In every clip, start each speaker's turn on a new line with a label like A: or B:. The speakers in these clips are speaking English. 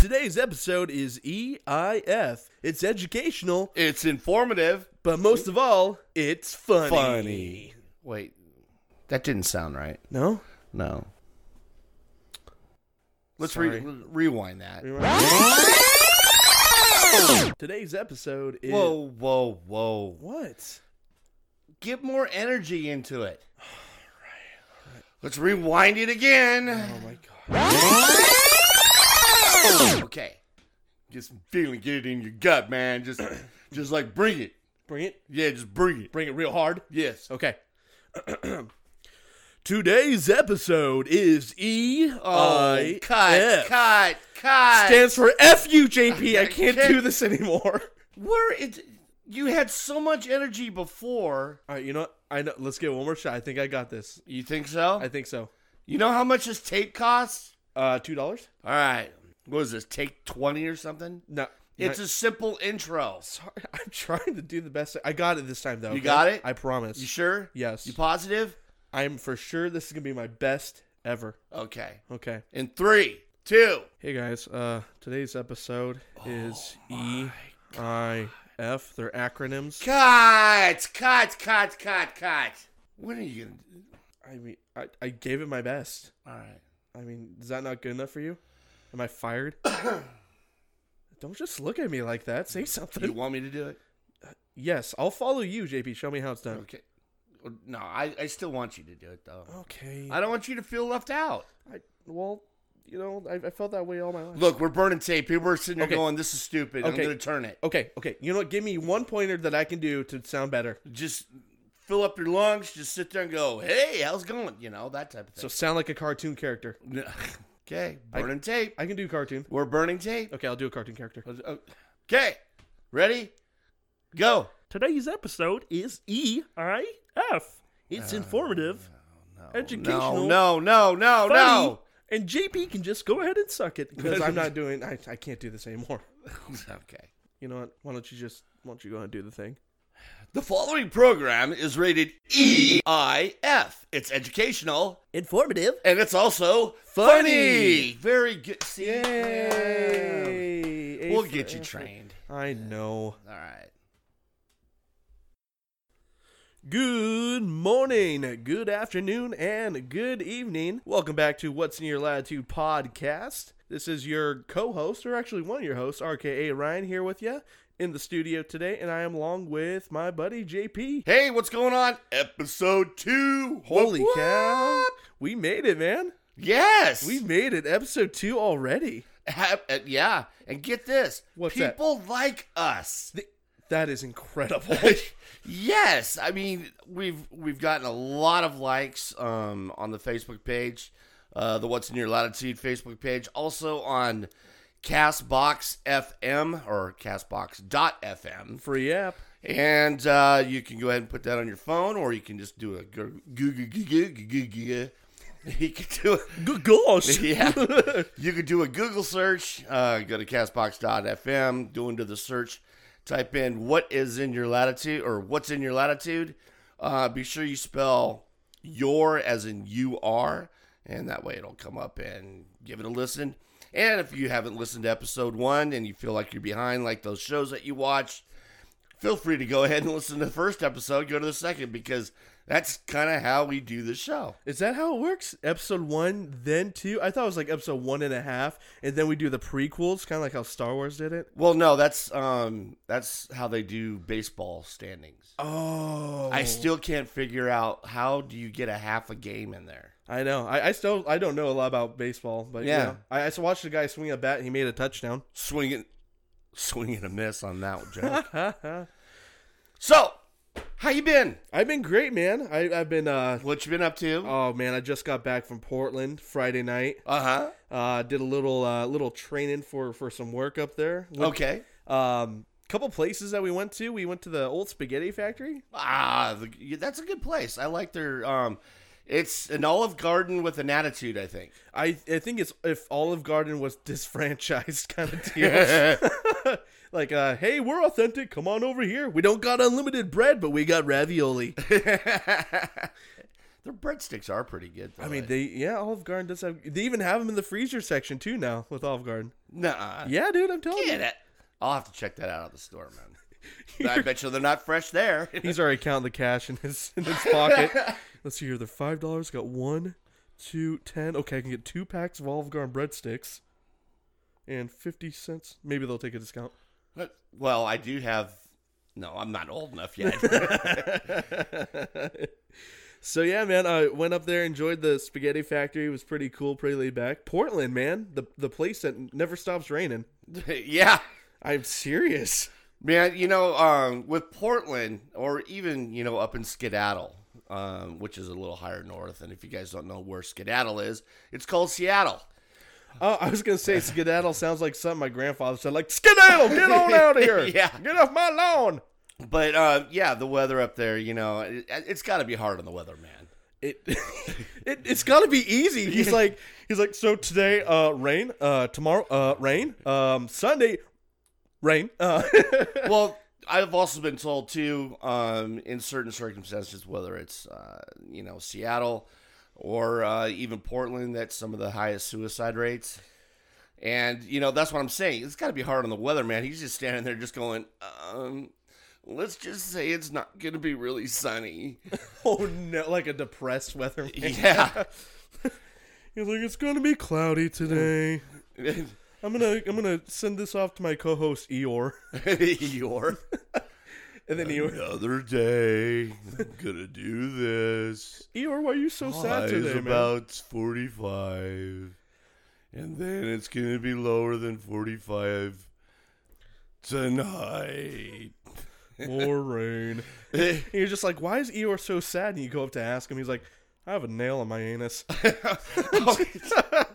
A: Today's episode is EIF. It's educational,
B: It's informative.
A: but most of all, it's funny.
B: Funny. Wait, that didn't sound right.
A: No?
B: No. Let's re-
A: Sorry.
B: rewind that.
A: Today's episode is.
B: Whoa, whoa, whoa.
A: What?
B: Get more energy into it. Let's rewind it again.
A: Oh my god.
B: Okay. Just feeling, get it in your gut, man. Just, just like bring it.
A: Bring it.
B: Yeah, just bring it.
A: Bring it real hard.
B: Yes.
A: Okay. Today's episode is E I
B: Oh, cut,
A: F.
B: cut, cut.
A: Stands for F U J P. I can't
B: can't-
A: do this anymore.
B: Where it? You had so much energy before.
A: All right, you know what? I know. Let's get one more shot. I think I got this.
B: You think so?
A: I think so.
B: you know how much this tape costs?
A: Uh, two dollars?
B: All right. What is this? Take twenty or something?
A: No.
B: It's a simple intro.
A: Sorry, I'm trying to do the best. I got it this time, though. okay?
B: got it?
A: I promise.
B: You sure?
A: yes.
B: You positive?
A: I'm for sure this is gonna be my best ever.
B: Okay.
A: Okay.
B: In three, two.
A: Hey guys, uh, today's episode
B: Oh
A: is E I F. They're acronyms.
B: Cut, cut, cut, cut, cut. When are you gonna? do-
A: I mean, I, I gave it my best.
B: All right.
A: I mean, is that not good enough for you? Am I fired? Don't just look at me like that. Say
B: You
A: something.
B: want me to do it?
A: yes, I'll follow you, JP. Show me how it's done.
B: Okay. No, I, I still want you to do it though.
A: Okay.
B: I don't want you to feel left out.
A: I, well, you know, I, I felt that way all my life.
B: Look, we're burning tape. People are sitting there
A: Okay.
B: going, "This is stupid." I'm
A: Okay.
B: going to turn it.
A: Okay, okay. You know what? Give me one pointer that I can do to sound better.
B: Just fill up your lungs. Just sit there and go, "Hey, how's it going?" You know that type of
A: So
B: thing.
A: sound like a cartoon character.
B: okay, burning tape.
A: I can do cartoon.
B: We're burning tape.
A: Okay, I'll do a cartoon character.
B: Okay, ready? Go.
A: Today's episode is E I F. It's informative, educational,
B: No, no, no, no,
A: funny,
B: no.
A: and JP can just go ahead and suck it because I'm not doing. I, I can't do this anymore.
B: okay.
A: You know what? Why don't you just? Why don't you go and do the thing?
B: The following program is rated EIF. It's educational
A: Informative.
B: and it's also funny. Very good. See?
A: Yay! A
B: We'll
A: for
B: get you
A: effort.
B: trained.
A: I know.
B: All right.
A: Good morning, good afternoon, and good evening. Welcome back to What's in Your Latitude podcast. This is your co host, or actually one of your hosts, RKA Ryan, here with you in the studio today, and I am along with my buddy JP.
B: Hey, what's going on? Episode two.
A: Holy
B: Whoop, whoop.
A: cow! We made it, man.
B: Yes.
A: We made it. Episode two already.
B: have, uh, yeah. And get this.
A: What's that?
B: People like us.
A: Th- That is incredible.
B: yes. I mean, we've we've gotten a lot of likes um, on the Facebook page, uh, the What's in Your Latitude Facebook page, also on Castbox FM or Castbox.fm.
A: Free app.
B: And uh, you can go ahead and put that on your phone, or you can just do a goo goo goo goo goo goo goo. You can do it.
A: Good gosh.
B: yeah. You could do a Google search. Uh, go to castbox.fm, go into the search, type in what is in your latitude or what's in your latitude. Uh, be sure you spell your as in you are, and that way it'll come up and give it a listen. And if you haven't listened to episode one and you feel like you're behind, like those shows that you watch, feel free to go ahead and listen to the first episode, go to the second, because that's kind of how we do the show.
A: Is that how it works? Episode one, then two. I thought it was like episode one and a half, and then we do the prequels, kind of like how Star Wars did it.
B: Well, no, that's um, that's how they do baseball standings.
A: Oh,
B: I still can't figure out how do you get a half a game in there.
A: I know. I, I still I don't know a lot about baseball, but yeah,
B: Yeah.
A: I, I just watched a guy swing a bat. and He made a touchdown.
B: Swinging, swinging a miss on that one, Joe.
A: I've
B: so, how you been?
A: been great, man. I, I've been. uh
B: What you been up to?
A: Oh man, I just got back from Portland Friday night.
B: Uh huh.
A: Uh, did a little uh, little training for for some work up there.
B: Okay.
A: Um, couple places that we went to. We went to the old spaghetti factory.
B: Ah, the, that's a good place. I like their um, it's an Olive Garden with an attitude. I think.
A: I I think it's if Olive Garden was disfranchised kind of deal. like, uh, hey, we're authentic. Come on over here. We don't got unlimited bread, but we got ravioli.
B: Their breadsticks are pretty good. Though,
A: I mean, they yeah, Olive Garden does have. They even have them in the freezer section too now with Olive Garden.
B: Nah.
A: Yeah, dude, I'm telling
B: Get it. I'll have to check that out at the store, man. I bet you they're not fresh there.
A: you. He's already counting the cash in his in his pocket. Let's see here. The five dollars got one, two, ten. Okay, I can get two packs of Olive Garden breadsticks. And fifty cents. Maybe they'll take a discount.
B: But- well, I do have. No, I'm not old enough yet.
A: So yeah, man, I went up there, enjoyed the spaghetti factory. It was pretty cool, pretty laid back. Portland, man, the the place that never stops raining.
B: yeah.
A: I'm serious.
B: Man, you know, um, with Portland or even, you know, up in Skedaddle, um, which is a little higher north. And if you guys don't know where Skedaddle is, it's called Seattle.
A: Oh, I was gonna say skedaddle sounds like something my grandfather said, like skedaddle, get on out of here,
B: Yeah.
A: get off my lawn.
B: But uh, yeah, the weather up there, you know, it, it's got to be hard on the weather, man.
A: It, it it's gotta be easy. He's like he's like so today, uh, rain. Uh, tomorrow, uh, rain. Um, Sunday, rain. Uh,
B: well, I've also been told too, um, in certain circumstances, whether it's uh, you know Seattle or uh, even Portland, that's some of the highest suicide rates. And you know that's what I'm saying. It's got to be hard on the weather, man. He's just standing there, just going. Um, let's just say it's not going to be really sunny.
A: oh no, like a depressed weather.
B: yeah.
A: He's like it's gonna be cloudy today. I'm gonna I'm gonna send this off to my co-host Eeyore,
B: Your
A: and then Eeyore,
B: another day. I'm gonna do this.
A: Eeyore, why are you so sad
B: High
A: today,
B: is
A: man?
B: about 45, and then it's going to be lower than 45 tonight.
A: More rain.
B: I
A: And you're just like, why is Eeyore so sad? And you go up to ask him, he's like, I have a nail on my anus.
B: Oh,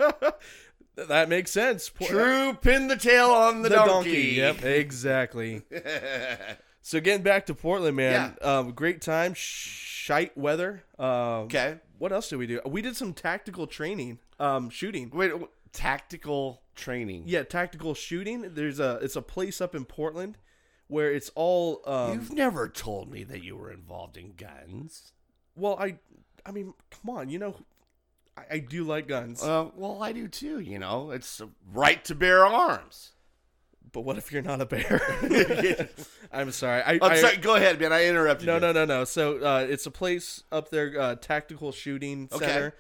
A: that makes sense. Poor-
B: True, pin the tail on the,
A: The donkey.
B: donkey.
A: Yep, exactly. so getting back to Portland, man. Um, great time. Shite weather. Um,
B: Okay.
A: What else did we do? We did some tactical training, um, shooting.
B: Wait, w- tactical training.
A: Yeah, tactical shooting. There's a it's a place up in Portland where it's all um,
B: You've never told me that you were involved in guns.
A: well, I I mean, come on, you know, I, I do like guns,
B: Uh, well, I do too, you know. It's a right to bear arms.
A: but what if you're not a bear? I'm sorry. I,
B: I'm
A: I-
B: sorry, go ahead, man. I interrupted
A: No,
B: you.
A: no, no, no. So uh, it's a place up there, uh, tactical shooting
B: Okay.
A: center.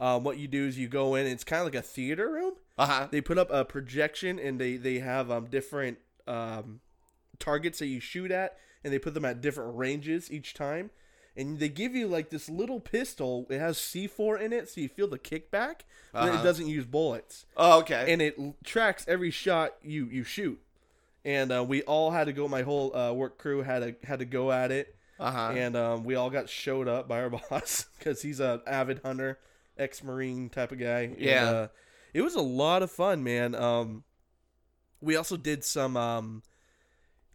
A: Um, what you do is you go in. It's kind of like a theater room.
B: Uh-huh.
A: They put up a projection and they they have um different um targets that you shoot at, and they put them at different ranges each time. And they give you like this little pistol. It has C4 in it, so you feel the kickback, but it
B: Uh-huh.
A: doesn't use bullets
B: Oh, okay.
A: and it l- tracks every shot you you shoot. And uh, we all had to go. My whole uh, work crew had to had to go at it,
B: uh-huh.
A: and um, we all got showed up by our boss because he's an avid hunter, ex marine type of guy. And,
B: Yeah.
A: uh, it was a lot of fun, man. Um, we also did some um,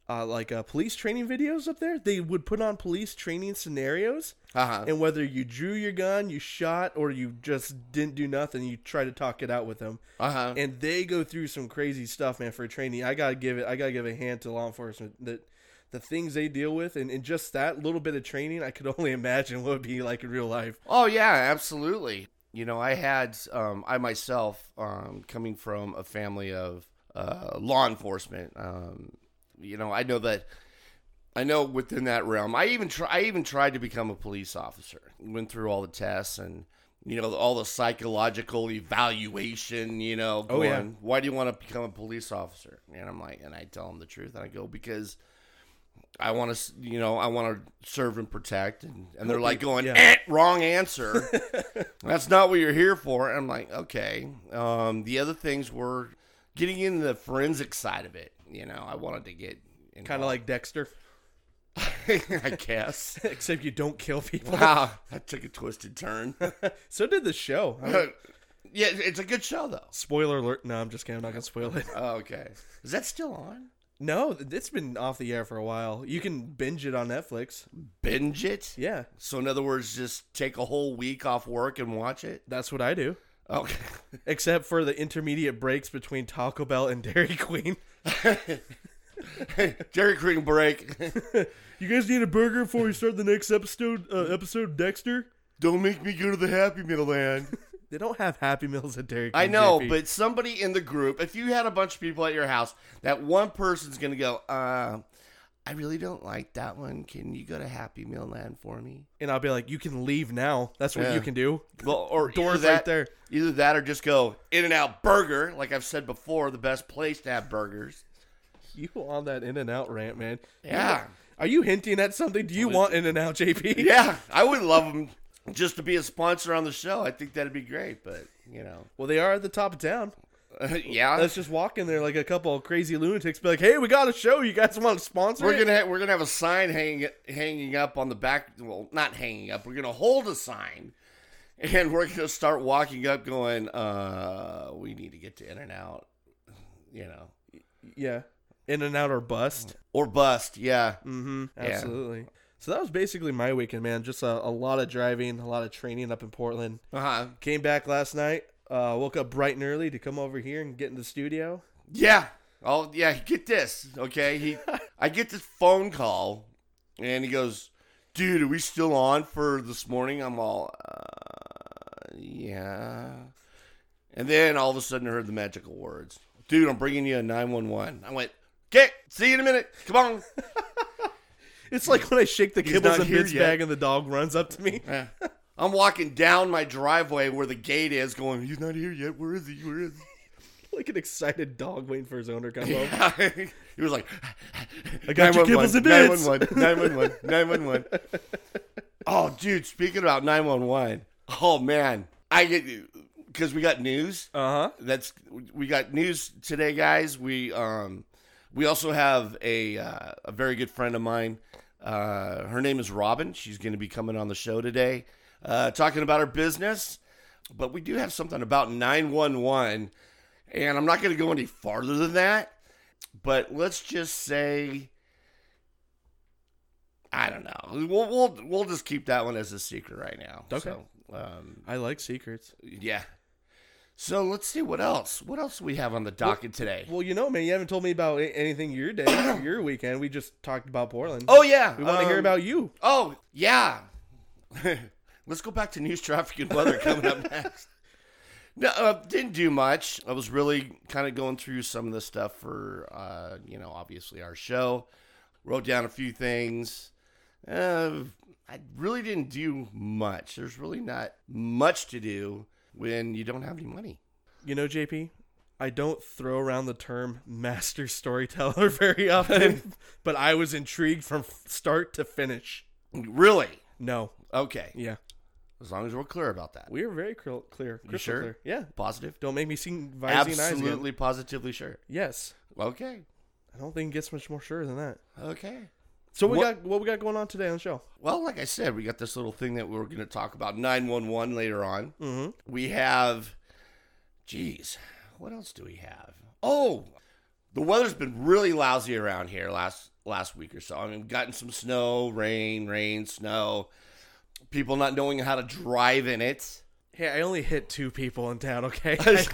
A: uh, like uh, police training videos up there. They would put on police training scenarios,
B: Uh-huh.
A: and whether you drew your gun, you shot, or you just didn't do nothing, you try to talk it out with them
B: Uh-huh.
A: and they go through some crazy stuff, man. For a trainee, I gotta give it. I gotta give a hand to law enforcement that the things they deal with, and, and just that little bit of training, I could only imagine what it'd be like in real life.
B: Oh yeah, absolutely. You know, I had um, I myself um, coming from a family of uh, law enforcement. Um, you know, I know that I know within that realm. I even try, I even tried to become a police officer. Went through all the tests and you know all the psychological evaluation. You know,
A: Oh, yeah.
B: going, Why do you want to become a police officer? And I'm like, and I tell them the truth, and I go because. I want to, you know, I want to serve and protect, and, and they're like going,
A: Yeah.
B: "Eh, wrong answer. That's not what you're here for. And I'm like, okay. Um, the other things were getting into the forensic side of it. You know, I wanted to get
A: Kind of like Dexter,
B: like, I guess.
A: except you don't kill people.
B: wow, that took a twisted turn.
A: so did the show. I mean,
B: yeah, it's a good show though.
A: spoiler alert! No, I'm just kidding. I'm not gonna spoil it.
B: Oh, okay, is that still on?
A: No, it's been off the air for a while. You can binge it on Netflix.
B: Binge it.
A: Yeah,
B: So in other words, just take a whole week off work and watch it.
A: that's what I do.
B: Okay.
A: Except for the intermediate breaks between Taco Bell and Dairy Queen.
B: Jerry Creek break.
A: You guys need a burger before we start the next episode. Uh, episode Dexter.
B: Don't make me go to the Happy Middle Land.
A: They don't have Happy Meals at Dairy Queen.
B: I know,
A: JP.
B: but somebody in the group, if you had a bunch of people at your house, that one person's going to go, uh, I really don't like that one. Can you go to Happy Meal Land for me?
A: and I'll be like, you can leave now. That's what
B: Yeah.
A: you can do.
B: Well, or either
A: Doors
B: that,
A: right there.
B: Either that or just go In and Out Burger. Like I've said before, the best place to have burgers.
A: You on that In and Out rant, man? You-
B: Yeah.
A: Are you hinting at something? Do you want In and Out, JP?
B: Yeah, I would love them just to be a sponsor on the show. I think that'd be great, but, you know.
A: Well, they are at the top of town.
B: yeah.
A: Let's just walk in there like a couple of crazy lunatics. Be like, hey, we got a show. You guys want to sponsor
B: We're
A: it?
B: gonna ha- we're gonna have a sign hanging hanging up on the back. Well, not hanging up. We're gonna hold a sign, and we're gonna start walking up, going, "Uh, we need to get to In and Out, you know,
A: yeah. In and Out or bust.
B: or bust." Yeah,
A: Mm-hmm. Absolutely. So that was basically my weekend, man. Just a, a lot of driving, a lot of training up in Portland.
B: uh huh.
A: Came back last night. Uh, woke up bright and early to come over here and get in the studio.
B: Yeah. Oh yeah. Get this, okay? He, I get this phone call, and he goes, "Dude, are we still on for this morning?" I'm all, uh, "Yeah." And then all of a sudden, I heard the magical words, "Dude, I'm bringing you a 911." I went, "Okay, see you in a minute. Come on."
A: It's like when I shake the
B: He's
A: kibbles
B: not
A: and
B: here
A: bits
B: yet.
A: bag and the dog runs up to me.
B: Yeah. I'm walking down my driveway where the gate is, going, "He's not here yet. Where is he? Where is he?"
A: like an excited dog waiting for his owner to come home.
B: he was like,
A: I got your kibbles and bits."
B: 911, 911, 911. Oh, dude, speaking about 911. Oh, man. I get, because we got news.
A: Uh-huh.
B: That's, we got news today, guys. We, um, we also have a, uh, a very good friend of mine. Uh, her name is Robin. She's going to be coming on the show today, uh, talking about her business. But we do have something about 911. And I'm not going to go any farther than that, but let's just say I don't know. We'll we'll, we'll just keep that one as a secret right now.
A: Okay.
B: So, um,
A: I like secrets.
B: yeah. So let's see what else. What else we have on the docket today?
A: Well, you know, man, you haven't told me about a- anything your day, or your weekend. We just talked about Portland.
B: oh yeah,
A: we want to hear
B: um,
A: about you.
B: Oh yeah. let's go back to news, traffic, and weather coming up next. No, uh, didn't do much. I was really kind of going through some of the stuff for, uh, you know, obviously our show. Wrote down a few things. Uh, I really didn't do much. There's really not much to do when you don't have any money.
A: You know, JP, I don't throw around the term master storyteller very often, but I was intrigued from f- start to finish.
B: Really?
A: No,
B: Okay.
A: yeah,
B: As long as we're clear about that.
A: we were very cl- clear, crystal
B: sure?
A: clear. Yeah,
B: Positive?
A: don't make me sing Visine eyes. Again.
B: Absolutely, positively sure.
A: Yes,
B: Okay.
A: I don't think it gets much more sure than that.
B: Okay.
A: So we
B: What-
A: got what we got going on today on the show.
B: Well, like I said, we got this little thing that we were going to talk about 911 later on.
A: Mhm.
B: We have, geez, what else do we have? Oh, the weather's been really lousy around here last last week or so. I mean, we've gotten some snow, rain, rain, snow. People not knowing how to drive in it.
A: Hey, I only hit two people in town. Okay, I,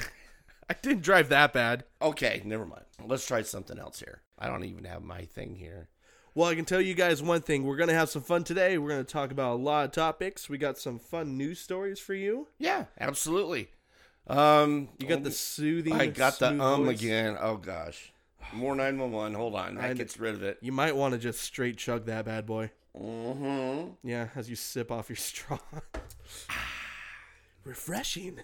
A: I didn't drive that bad.
B: okay, never mind. Let's try something else here. I don't even have my thing here.
A: Well, I can tell you guys one thing. We're going to have some fun today. We're going to talk about a lot of topics. We got some fun news stories for you.
B: Yeah, absolutely. Um,
A: You got the soothing.
B: I got the
A: smooth
B: um
A: voice.
B: again. Oh gosh. More 911. Hold on.
A: I
B: That
A: kn-
B: gets rid of it.
A: You might want to just straight chug that bad boy.
B: Mm-hmm.
A: Yeah, as you sip off your straw. Refreshing.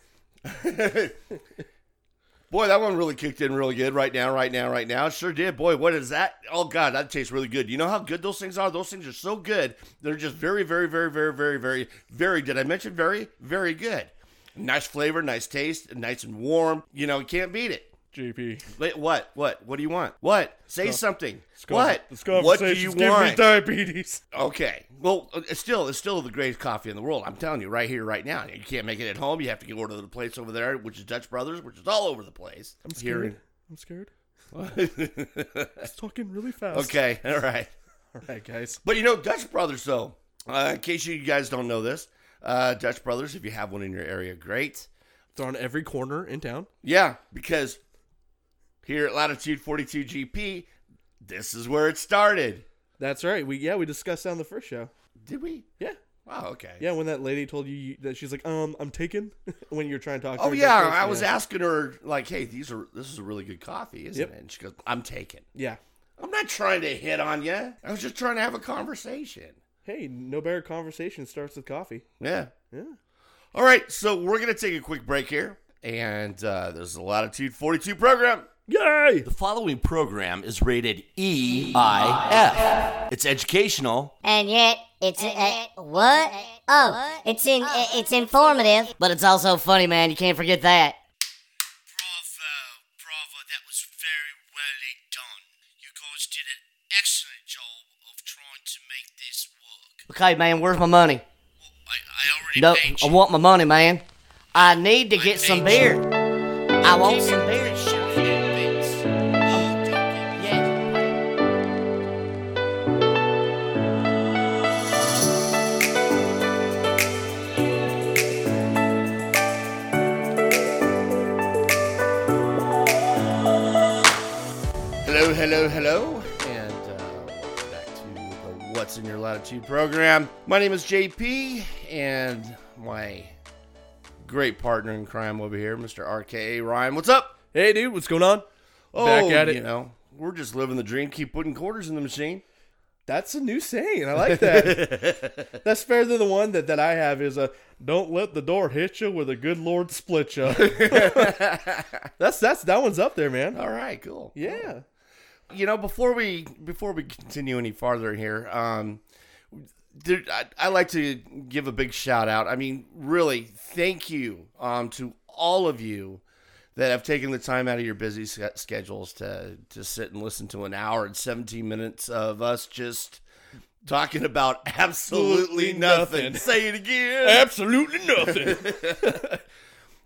B: Boy, that one really kicked in really good right now, right now, right now. It Sure did. Boy, what is that? Oh god, that tastes really good. You know how good those things are? Those things are so good. They're just very, very, very, very, very, very, very did I mention very, very good. Nice flavor, nice taste, nice and warm. You know, can't beat it.
A: JP.
B: Wait, what? What? What do you want? What? Say something. What?
A: What?
B: What do you want?
A: diabetes.
B: Okay. Well, uh, it's still it's still the greatest coffee in the world. I'm telling you, right here, right now. You can't make it at home. You have to go order to the place over there, which is Dutch Brothers, which is all over the place.
A: I'm
B: Here
A: scared. I'm scared.
B: in-
A: It's talking really fast.
B: okay. All right.
A: All right, guys.
B: But you know, Dutch Brothers, though. Uh, in case you guys don't know this, uh, Dutch Brothers, if you have one in your area, great.
A: They're on every corner in town.
B: Yeah, because here at Latitude 42 GP, this is where it started.
A: That's right. We yeah we discussed that on the first show.
B: Did we?
A: Yeah.
B: Wow. Okay.
A: Yeah, when that lady told you you- that she's like, um, I'm taken when you're trying to talk. to
B: Oh
A: her,
B: yeah,
A: that's-
B: I was
A: Yeah.
B: asking her like, "Hey, these are this is a really good coffee, isn't
A: Yep.
B: it?" And she goes, "I'm taking.
A: yeah.
B: I'm not trying to hit on you. I was just trying to have a conversation."
A: Hey, no better conversation starts with coffee.
B: Yeah.
A: Yeah.
B: All right, so we're gonna take a quick break here, and uh, there's a Latitude 42 program.
A: Yay!
C: The following program is rated EIF. It's educational,
D: And yet, it's uh, what? Oh, it's in uh, it's informative, but it's also funny, man. You can't forget that.
B: Bravo, bravo, that was very well done. You guys did an excellent job of trying to make this work.
D: Okay, man, where's my money?
B: I, I already
D: No, I want my money, man. I need to get some beer. I want some beer. Yeah.
B: Hello, hello, hello, and uh, welcome back to the What's in Your Latitude program. My name is JP, and my great partner in crime over here, Mr. RKA Ryan. What's up?
A: Hey, dude, what's going on?
B: Oh,
A: Back at it.
B: You know, we're just living the dream. Keep putting quarters in the machine.
A: That's a new saying. I like that. That's fair than the one that, that I have is a don't let the door hit you where the good Lord split you. that's that's that one's up there, man.
B: All right, cool.
A: Yeah.
B: you know before we before we continue any farther here um there, I, I like to give a big shout out i mean really thank you um to all of you that have taken the time out of your busy sch- schedules to to sit and listen to an hour and 17 minutes of us just talking about absolutely
A: Absolutely
B: nothing,
A: nothing.
B: say it again
A: Absolutely nothing.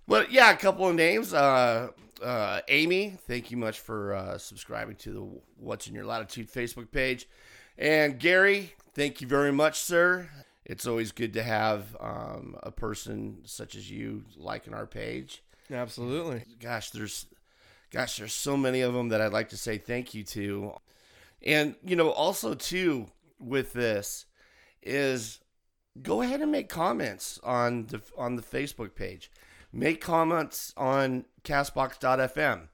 B: but yeah, a couple of names. Uh, uh, Amy, thank you much for uh, subscribing to the What's in Your Latitude Facebook page, and Gary, thank you very much, sir. It's always good to have um, a person such as you liking our page.
A: Absolutely.
B: Gosh, there's, gosh, there's so many of them that I'd like to say thank you to, and you know, also too with this is go ahead and make comments on the on the Facebook page. Make comments on castbox.fm.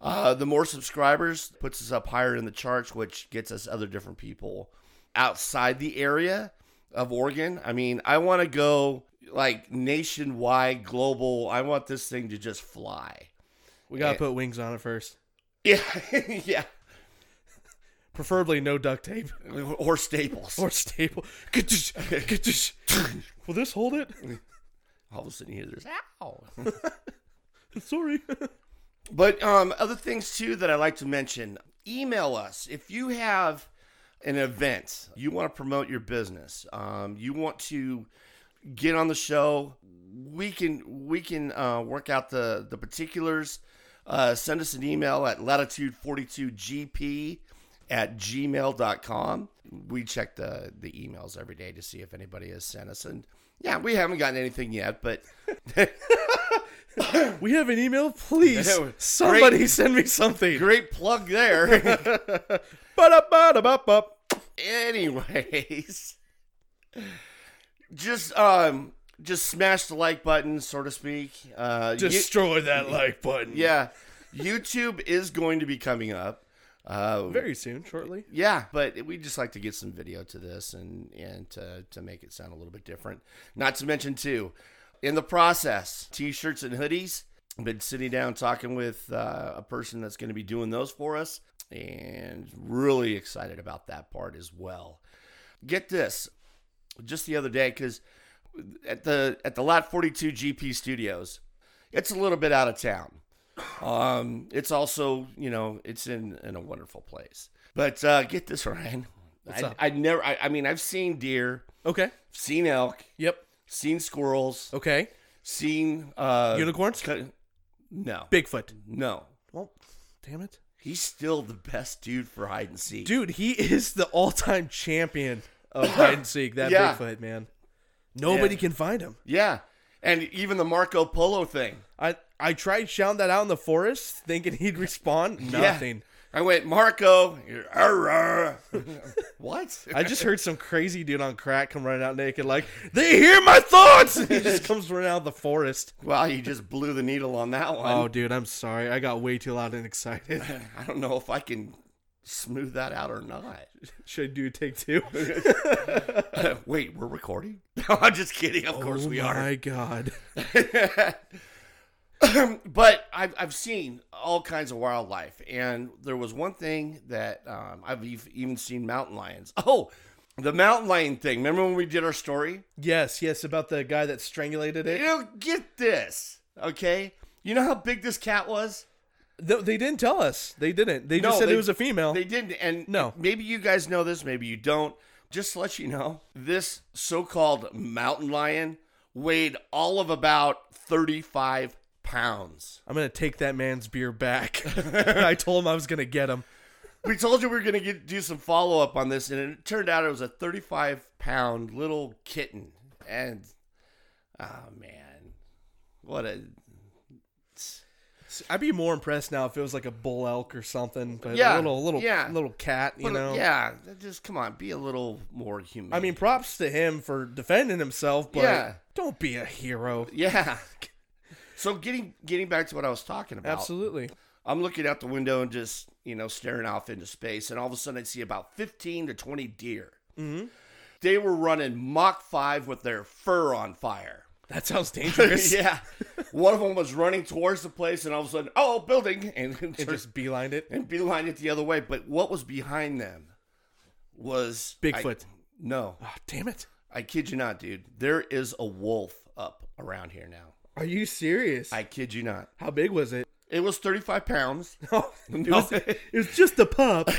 B: Uh, the more subscribers puts us up higher in the charts, which gets us other different people outside the area of Oregon. I mean, I want to go like nationwide, global. I want this thing to just fly.
A: We
B: Eh.
A: gotta put wings on it first.
B: Yeah, yeah.
A: Preferably no duct tape
B: Or staples.
A: or staple. Will this hold it?
B: Mm. All of a sudden, you hear this. Ow.
A: Sorry.
B: But um, other things too that I like to mention: email us if you have an event you want to promote your business, um, you want to get on the show. We can we can uh, work out the the particulars. Uh, send us an email at latitude42gp at gmail.com. We check the, the emails every day to see if anybody has sent us. And yeah, we haven't gotten anything yet, but
A: We have an email. Please,
B: Great.
A: somebody send me something.
B: great plug there.
A: Ba-da-ba-da-ba-ba.
B: anyways just um just smash the like button so to speak uh you-
A: Destroy that like button.
B: yeah youtube is going to be coming up uh
A: Very soon, shortly.
B: yeah but we just like to get some video to this and and to, to make it sound a little bit different not to mention too in the process t-shirts and hoodies I've been sitting down talking with uh, a person that's going to be doing those for us and really excited about that part as well get this just the other day because at the at the lot 42 gp studios it's a little bit out of town um it's also you know it's in in a wonderful place but uh get this ryan I,
A: up?
B: I never I, I mean i've seen deer
A: Okay.
B: seen elk
A: Yep.
B: seen squirrels
A: Okay.
B: seen uh
A: Unicorns?
B: cu- no
A: Bigfoot.
B: no
A: Well, damn it.
B: he's still the best dude for hide and seek
A: Dude, he is the all time champion of hide and seek, that
B: Yeah.
A: Bigfoot, man. Nobody
B: Yeah.
A: can find him.
B: yeah and even the marco polo thing
A: I I tried shouting that out in the forest thinking he'd respond.
B: Yeah.
A: Nothing.
B: I went, Marco. You're, "Arr, arr." what?
A: I just heard some crazy dude on crack come running out naked, like, they hear my thoughts! he just comes running out of the forest.
B: Wow, you just blew the needle on that one.
A: Oh, dude, I'm sorry. I got way too loud and excited.
B: I don't know if I can smooth that out or not.
A: Should I do a take two?
B: Wait, we're recording? No, I'm just kidding. Of course
A: oh
B: we
A: my
B: are.
A: God.
B: but I've, I've seen all kinds of wildlife, and there was one thing that um, I've ev- even seen mountain lions. Oh, the mountain lion thing. Remember when we did our story?
A: Yes, yes, about the guy that strangulated
B: You
A: it.
B: know, get this, okay? You know how big this cat was?
A: No, they didn't tell us. They didn't. They just
B: No,
A: said
B: they-
A: it was a female.
B: They didn't. And
A: No.
B: maybe you guys know this, maybe you don't. Just to let you know, this so called mountain lion weighed all of about 35 pounds.
A: I'm going to take that man's beer back. I told him I was going to get him.
B: We told you we were going to get do some follow up on this, and it turned out it was a 35 pound little kitten. And, oh man, what a.
A: I'd be more impressed now if it was like a bull elk or something, but
B: Yeah,
A: a little little
B: yeah.
A: little cat, you
B: what a-
A: know.
B: Yeah, just come on, be a little more human.
A: I mean, props to him for defending himself, but
B: Yeah.
A: don't be a hero.
B: yeah. So getting getting back to what I was talking about.
A: Absolutely.
B: I'm looking out the window and just, you know, staring off into space. And all of a sudden, I see about 15 to 20 deer. Mm-hmm. They were running Mach 5 with their fur on fire.
A: That sounds dangerous.
B: yeah. One of them was running towards the place, and all of a sudden, oh, building, and, and,
A: And
B: just
A: just beelined it.
B: and beeline it the other way. But what was behind them was I-
A: Bigfoot.
B: no,
A: Ah, damn it.
B: I kid you not, dude. There is a wolf up around here now.
A: Are you serious?
B: I kid you not.
A: How big was it?
B: It was 35 pounds
A: Oh, it, was, it was just a pup.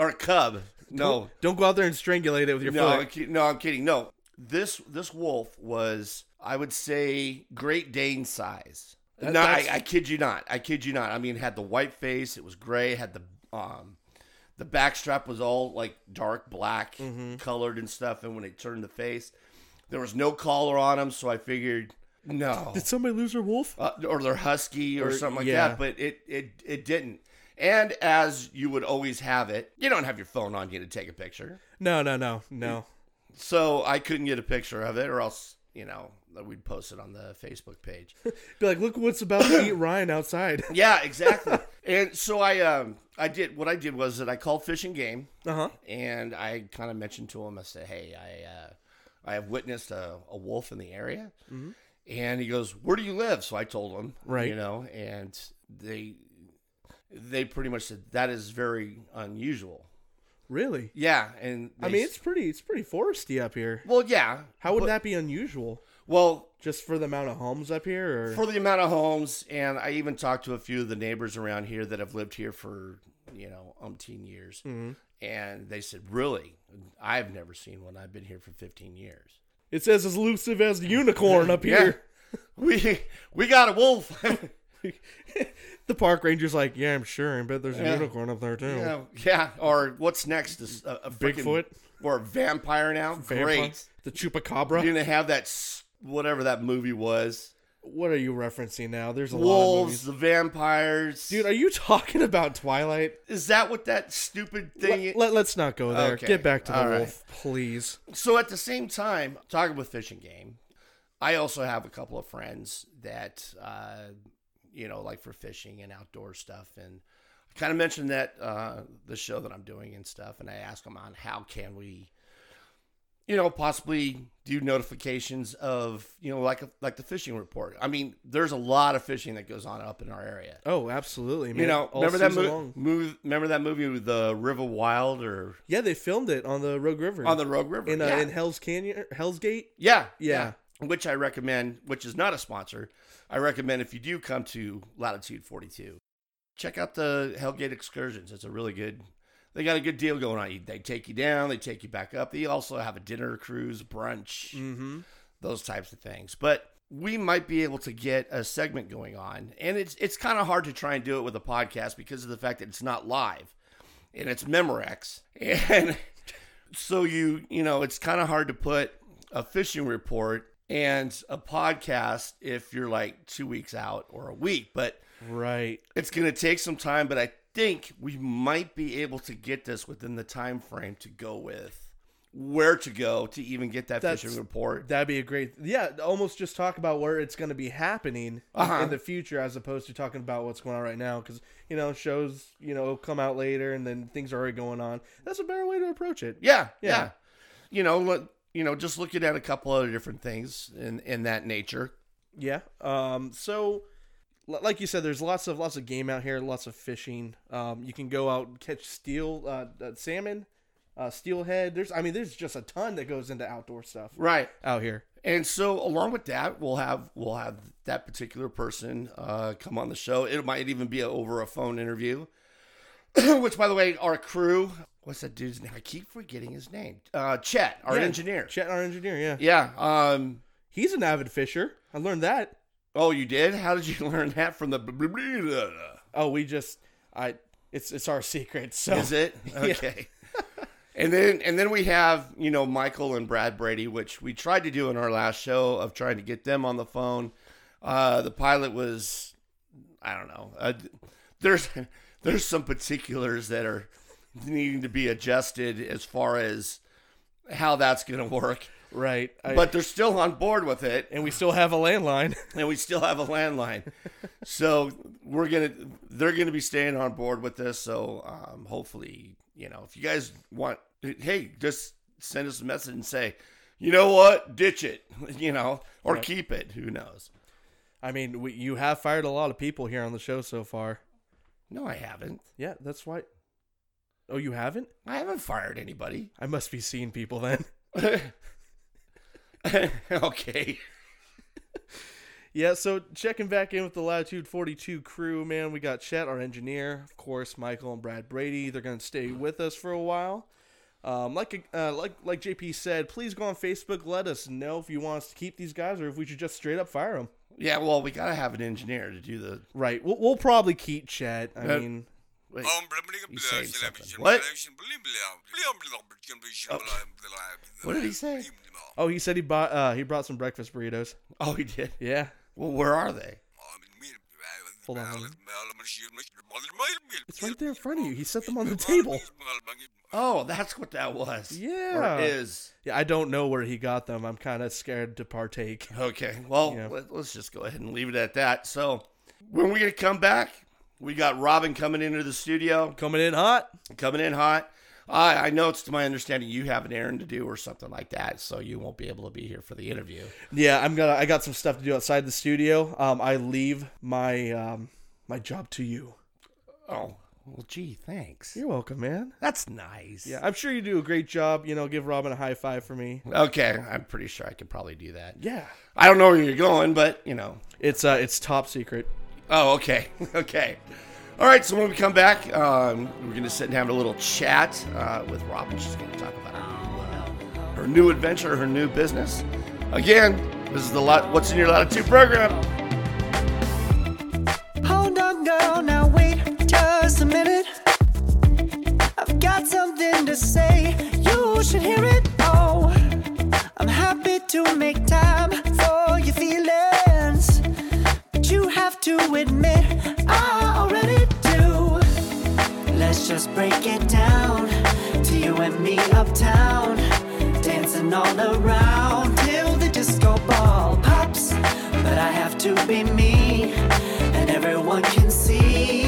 B: or a cub. No,
A: Don't go out there and strangulate it with your
B: No, I'm
A: foot.
B: kid- no, I'm kidding. No, this this wolf was, I would say, Great Dane size.
A: That-
B: no, I,
A: that's-
B: I kid you not. I kid you not. I mean, it had the white face. It was gray. Had the um, the backstrap was all like dark black
A: Mm-hmm.
B: colored and stuff. And when it turned the face, there was no collar on him. So I figured, no,
A: Did somebody lose their wolf?
B: uh, or they're husky or,
A: Or-
B: something like
A: yeah.
B: that. But it it it didn't. And as you would always have it, you don't have your phone on you to take a picture.
A: No, no, no, no.
B: So I couldn't get a picture of it, or else you know we'd post it on the Facebook page.
A: Be like, look what's about to eat Ryan outside.
B: yeah, exactly. and so I um I did what I did was that I called Fish and Game,
A: Uh huh.
B: and I kind of mentioned to him I said, hey, I uh, I have witnessed a, a wolf in the area, and he goes, where do you live? So I told him,
A: Mm-hmm. Right.
B: you know, and they they pretty much said that is very unusual.
A: Really?
B: Yeah, and
A: I
B: they
A: mean,
B: s-
A: it's pretty, it's pretty foresty up here.
B: well, yeah.
A: How would
B: but-
A: that be unusual?
B: Well,
A: Just for the amount of homes up here, or
B: for the amount of homes and i even talked to a few of the neighbors around here that have lived here for you know umpteen years
A: Mm-hmm.
B: and they said really i've never seen one i've been here for 15 years
A: it says as elusive as the unicorn up here.
B: we we got a wolf
A: the park ranger's like, yeah, I'm sure. I bet there's a
B: Yeah.
A: unicorn up there too.
B: yeah, yeah or what's next This- a, a freaking-
A: Oh. Bigfoot?
B: or a vampire now
A: Vampire.
B: great
A: The chupacabra.
B: you're gonna have that s- whatever that movie was
A: What are you referencing now? There's a lot of
B: wolves
A: movies.
B: the vampires
A: Dude, are you talking about Twilight?
B: is that what that stupid thing
A: Let, let, us not go there.
B: Okay.
A: Get back to the
B: All right.
A: wolf, please.
B: So at the same time, talking with Fish and Game, I also have a couple of friends that, uh, you know, like for fishing and outdoor stuff. And I kind of mentioned that uh, the show that I'm doing and stuff. And I asked them on how can we, you know, possibly do notifications of, you know, like a, like the fishing report. I mean, there's a lot of fishing that goes on up in our area.
A: Oh, absolutely. Man.
B: You know,
A: All
B: remember that
A: season
B: movie?
A: long.
B: Move, remember that movie with the River Wild or
A: Yeah, they filmed it on the Rogue River.
B: on the Rogue River?
A: in uh,
B: yeah.
A: in Hell's Canyon, Hell's Gate.
B: Yeah,
A: Yeah.
B: Which I recommend, which is not a sponsor. I recommend if you do come to Latitude 42, check out the Hellgate Excursions. It's a really good. They got a good deal going on. They take you down, they take you back up. They also have a dinner cruise, brunch,
A: Mm-hmm.
B: those types of things. But we might be able to get a segment going on, and it's it's kind of hard to try and do it with a podcast because of the fact that it's not live, and it's Memorex, and so you you know it's kind of hard to put a fishing report and a podcast if you're like two weeks out or a week, but
A: Right.
B: it's going to take some time. But I think we might be able to get this within the time frame to go with where to go to even get that
A: That's-
B: fishing report.
A: That'd be a great, yeah. Almost just talk about where it's going to be happening
B: Uh-huh.
A: in the future, as opposed to talking about what's going on right now, because you know shows you know come out later and then things are already going on. That's a better way to approach it.
B: Yeah,
A: Yeah.
B: yeah. You know, look, you know, just looking at a couple other different things in in that nature.
A: Yeah. Um. So, l- like you said, there's lots of lots of game out here, lots of fishing. Um. You can go out and catch steel, uh, uh, salmon, uh, steelhead. There's, I mean, there's just a ton that goes into outdoor stuff
B: Right.
A: out here.
B: And so, along with that, we'll have we'll have that particular person uh, come on the show. It might even be over a phone interview. Which, by the way, our crew. What's that dude's name? I keep forgetting his name. Uh, Chet, our
A: Yeah,
B: engineer.
A: Chet, our engineer. Yeah.
B: Yeah. Um.
A: He's an avid fisher. I learned that.
B: Oh, you did? How did you learn that from the? blah, blah, blah, blah, blah?
A: Oh, we just, I, it's it's our secret. So
B: Is it okay? and then and then we have you know Michael and Brad Brady, which we tried to do in our last show of trying to get them on the phone. Uh, the pilot was, I don't know. Uh, there's there's some particulars that are needing to be adjusted as far as how that's going to work,
A: right? I,
B: but they're still on board with it.
A: and we still have a landline.
B: and we still have a landline. so we're gonna, they're gonna be staying on board with this. So um, hopefully, you know, if you guys want, hey, just send us a message and say, you know what, ditch it, you know, or keep it. Who knows?
A: I mean, we, you have fired a lot of people here on the show so far.
B: No, I haven't.
A: Yeah, that's why. Oh, you haven't?
B: I haven't fired anybody.
A: I must be seeing people then.
B: okay.
A: Yeah, so checking back in with the Latitude 42 crew, man. We got Chet, our engineer, of course, Michael and Brad Brady. They're going to stay with us for a while. Um, like uh, like like JP said, please go on Facebook. Let us know if you want us to keep these guys or if we should just straight up fire them.
B: Yeah. Well, we gotta have an engineer to do the.
A: Right. We'll, we'll probably keep Chet. I
B: Uh,
A: mean,
B: Wait,
E: Um.
F: He's
B: saying something.
F: What?
B: what did he say?
A: oh, he said he bought uh, he brought some breakfast burritos.
B: Oh, he did.
A: Yeah.
B: Well, where are they?
A: Hold on. It's right there in front of you. He set them on the table.
B: Oh, that's what that was.
A: Yeah.
B: Or is.
A: Yeah, I don't know where he got them. I'm kind of scared to partake.
B: Okay. Well,
A: Yeah.
B: let, us just go ahead and leave it at that. So, when we come back, we got Robin coming into the studio,
A: Coming in hot.
B: coming in hot. I, I know it's to my understanding you have an errand to do or something like that, so you won't be able to be here for the interview.
A: Yeah, I'm gonna. I got some stuff to do outside the studio. Um, I leave my um my job to you.
B: Oh, well, gee, thanks.
A: You're welcome, man.
B: That's nice.
A: Yeah, I'm sure you do a great job. You know, give Robin a high five for me.
B: Okay, I'm pretty sure I could probably do that.
A: Yeah,
B: I don't know where you're going, but you know.
A: it's uh, it's top secret.
B: Oh, okay, okay. All right. So when we come back, um, we're gonna sit and have a little chat uh, with Robin. She's gonna talk about her new, uh, her new adventure, her new business. Again, this is the lot. What's in your latitude program?
G: Hold on, girl, now wait just a minute. I've got something to say, you should hear it. Oh, I'm happy to make time for your feelings, but you have to admit I already do. Let's just break it down to you and me uptown, dancing all around till the disco ball pops. But I have to be me, and everyone can see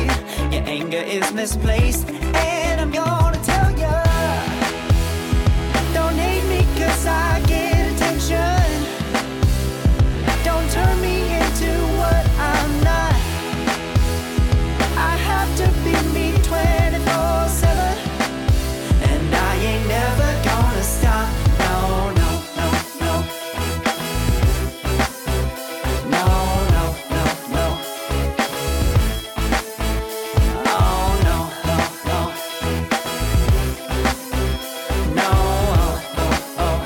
G: your anger is misplaced, and I'm gonna tell ya. Don't hate me 'cause I get attention. Don't turn me into what I'm not. I have to be me 24 7. And I ain't never gonna stop. No, no, no, no. No, no, no, no. Oh, no, no, no. No, oh, oh, oh.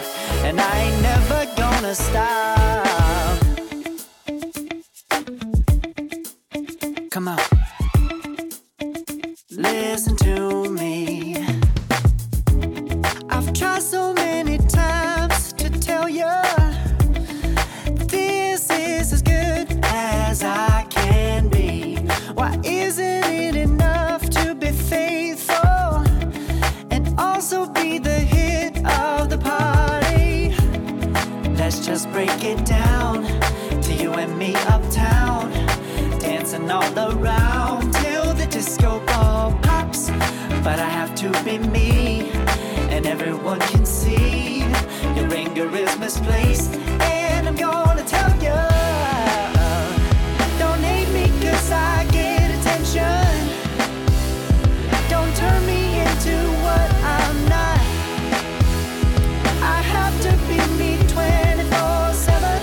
G: And I ain't never gonna stop. Come on. Listen to me. I've tried so many times to tell you this is as good as I can be. Why isn't it enough to dancing all around till the disco ball pops. But I have to be me, and everyone can see your anger is misplaced. And I'm gonna tell you, don't hate me 'cause I get attention. Don't turn me into what I'm not. I have to be me 24 7.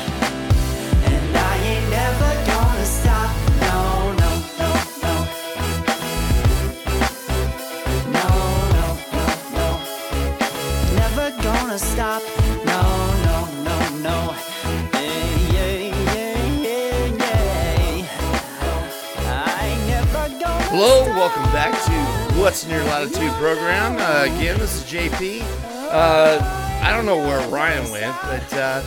G: And I ain't never gonna stop. No, no, no, no. No, no, no, no. Never gonna stop. No, no, no, no. Yeah, yeah, yeah, yeah, yeah. I ain't never gonna
B: Hello,
G: stop.
B: welcome back to What's in Your Latitude program. Uh, again, this is JP. Uh, I don't know where Ryan went, but uh,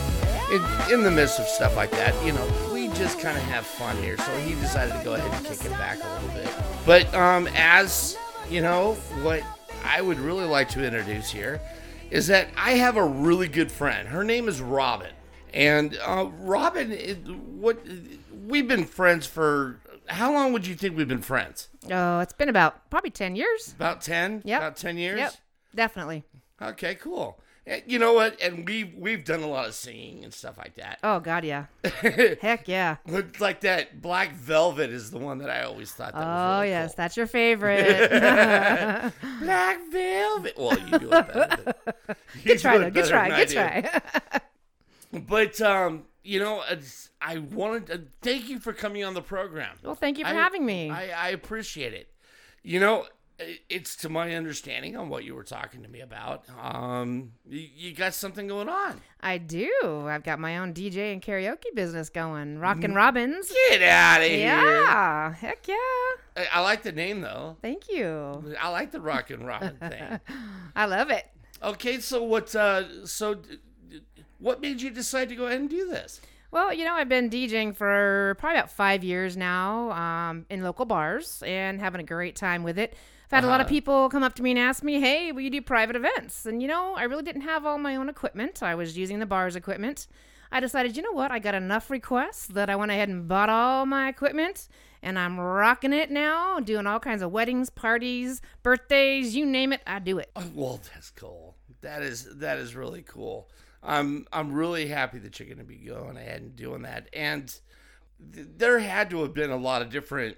B: in, in the midst of stuff like that, you know, we just kind of have fun here. So he decided to go ahead and kick it back a little bit. But um, as you know, what I would really like to introduce here is that I have a really good friend. Her name is Robin, and uh, Robin, is- what we've been friends for. How long would you think we've been friends?
F: Oh, it's been about probably 10 years.
B: About ten.
F: Yep.
B: About ten years.
F: Yep. Definitely.
B: Okay, cool. Eh, You know what? And we we've done a lot of singing and stuff like that.
F: Oh, God, yeah. Heck yeah.
B: But like that black velvet is the one that I always thought that was
F: Oh,
B: really
F: yes.
B: cool.
F: That's your favorite.
B: black velvet. Well, you do it better. than- you do
F: good try,
B: it
F: though.
B: better
F: Good try.
B: than
F: Good
B: I do.
F: try.
B: But um, you know, it's- I wanted to thank you for coming on the program.
F: well, thank you for
B: I-
F: having me.
B: I, I appreciate it. You know, i- it's to my understanding on what you were talking to me about. Um, you, you got something going on.
F: I do. I've got my own DJ and karaoke business going.
B: Mm.
F: Rockin' Robbins.
B: Get out of here.
F: Yeah. Heck yeah.
B: I, I like the name though.
F: Thank you.
B: I like the rock and robin thing.
F: I love it.
B: Okay, so what? Uh, so d- d- what made you decide to go ahead and do this?
F: Well, you know, I've been DJing for probably about five years now um, in local bars and having a great time with it. I've had a lot of people come up to me and ask me, hey, will you do private events? And, you know, I really didn't have all my own equipment. I was using the bar's equipment. I decided, you know what? I got enough requests that I went ahead and bought all my equipment and I'm rocking it now, doing all kinds of weddings, parties, birthdays, you name it, I do it.
B: Oh, well, that's cool. That is that is really cool. I'm I'm really happy that you're going to be going ahead and doing that. And th- there had to have been a lot of different,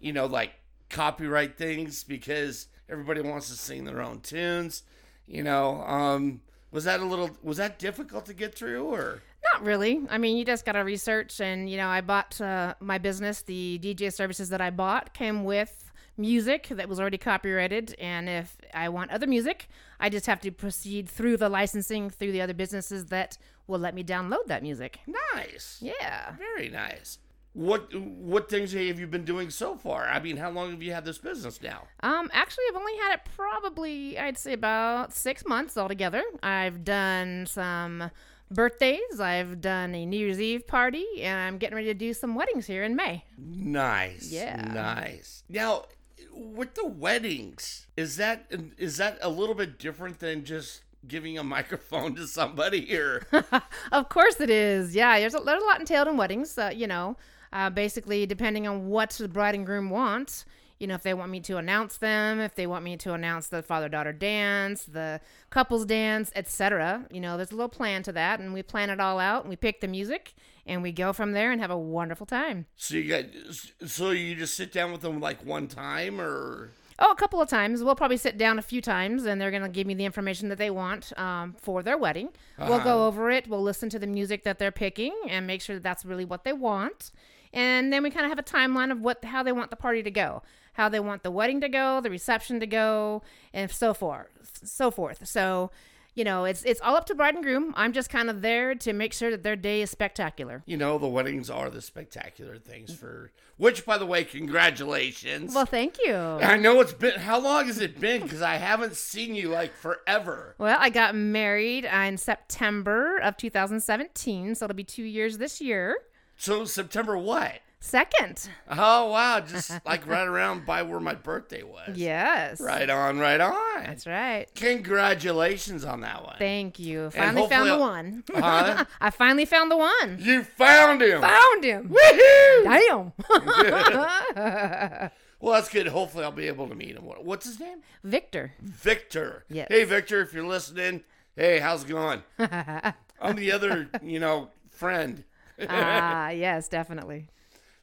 B: you know, like copyright things because everybody wants to sing their own tunes. You know, um, was that a little was that difficult to get through or?
F: Not really. I mean, you just got to research. And, you know, I bought uh, my business, the DJ services that I bought came with music that was already copyrighted. And if I want other music, I just have to proceed through the licensing through the other businesses that will let me download that music.
B: Nice.
F: Yeah.
B: Very nice. What what things have you been doing so far? I mean, how long have you had this business now?
F: Um, actually, I've only had it probably, I'd say, about six months altogether. I've done some birthdays, I've done a New Year's Eve party, and I'm getting ready to do some weddings here in May.
B: Nice.
F: Yeah.
B: Nice. Now, with the weddings, is that is that a little bit different than just giving a microphone to somebody or
F: Of course it is. Yeah, there's a, there's a lot entailed in weddings. Uh, you know, uh, basically depending on what the bride and groom want. You know, if they want me to announce them, if they want me to announce the father-daughter dance, the couples dance, etc. You know, there's a little plan to that, and we plan it all out, and we pick the music, and we go from there and have a wonderful time.
B: so you got so you just sit down with them like one time or
F: Oh, a couple of times. We'll probably sit down a few times, and they're gonna give me the information that they want um, for their wedding. We'll go over it. We'll listen to the music that they're picking and make sure that that's really what they want. And then we kind of have a timeline of what how they want the party to go, how they want the wedding to go, the reception to go, and so forth, so forth. So, you know, it's it's all up to bride and groom. I'm just kind of there to make sure that their day is spectacular.
B: you know, the weddings are the spectacular things for which by the way, congratulations.
F: Well, thank you.
B: I know it's been how long has it been cuz I haven't seen you like forever.
F: Well, I got married in September of 2017, so it'll be two years this year.
B: So September what?
F: second.
B: Oh wow, just like right around by where my birthday was.
F: Yes.
B: Right on, right on.
F: That's right.
B: Congratulations on that one.
F: Thank you. Finally found the one.
B: hopefully- Huh?
F: I finally found the one.
B: you found him.
F: Found him.
B: Woohoo!
F: Damn.
B: Well, that's good. Hopefully, I'll be able to meet him. What- What's his name?
F: Victor.
B: Victor.
F: Yes.
B: Hey, Victor, if you're listening, hey, how's it going? I'm the other, you know, friend.
F: Ah, yes, definitely.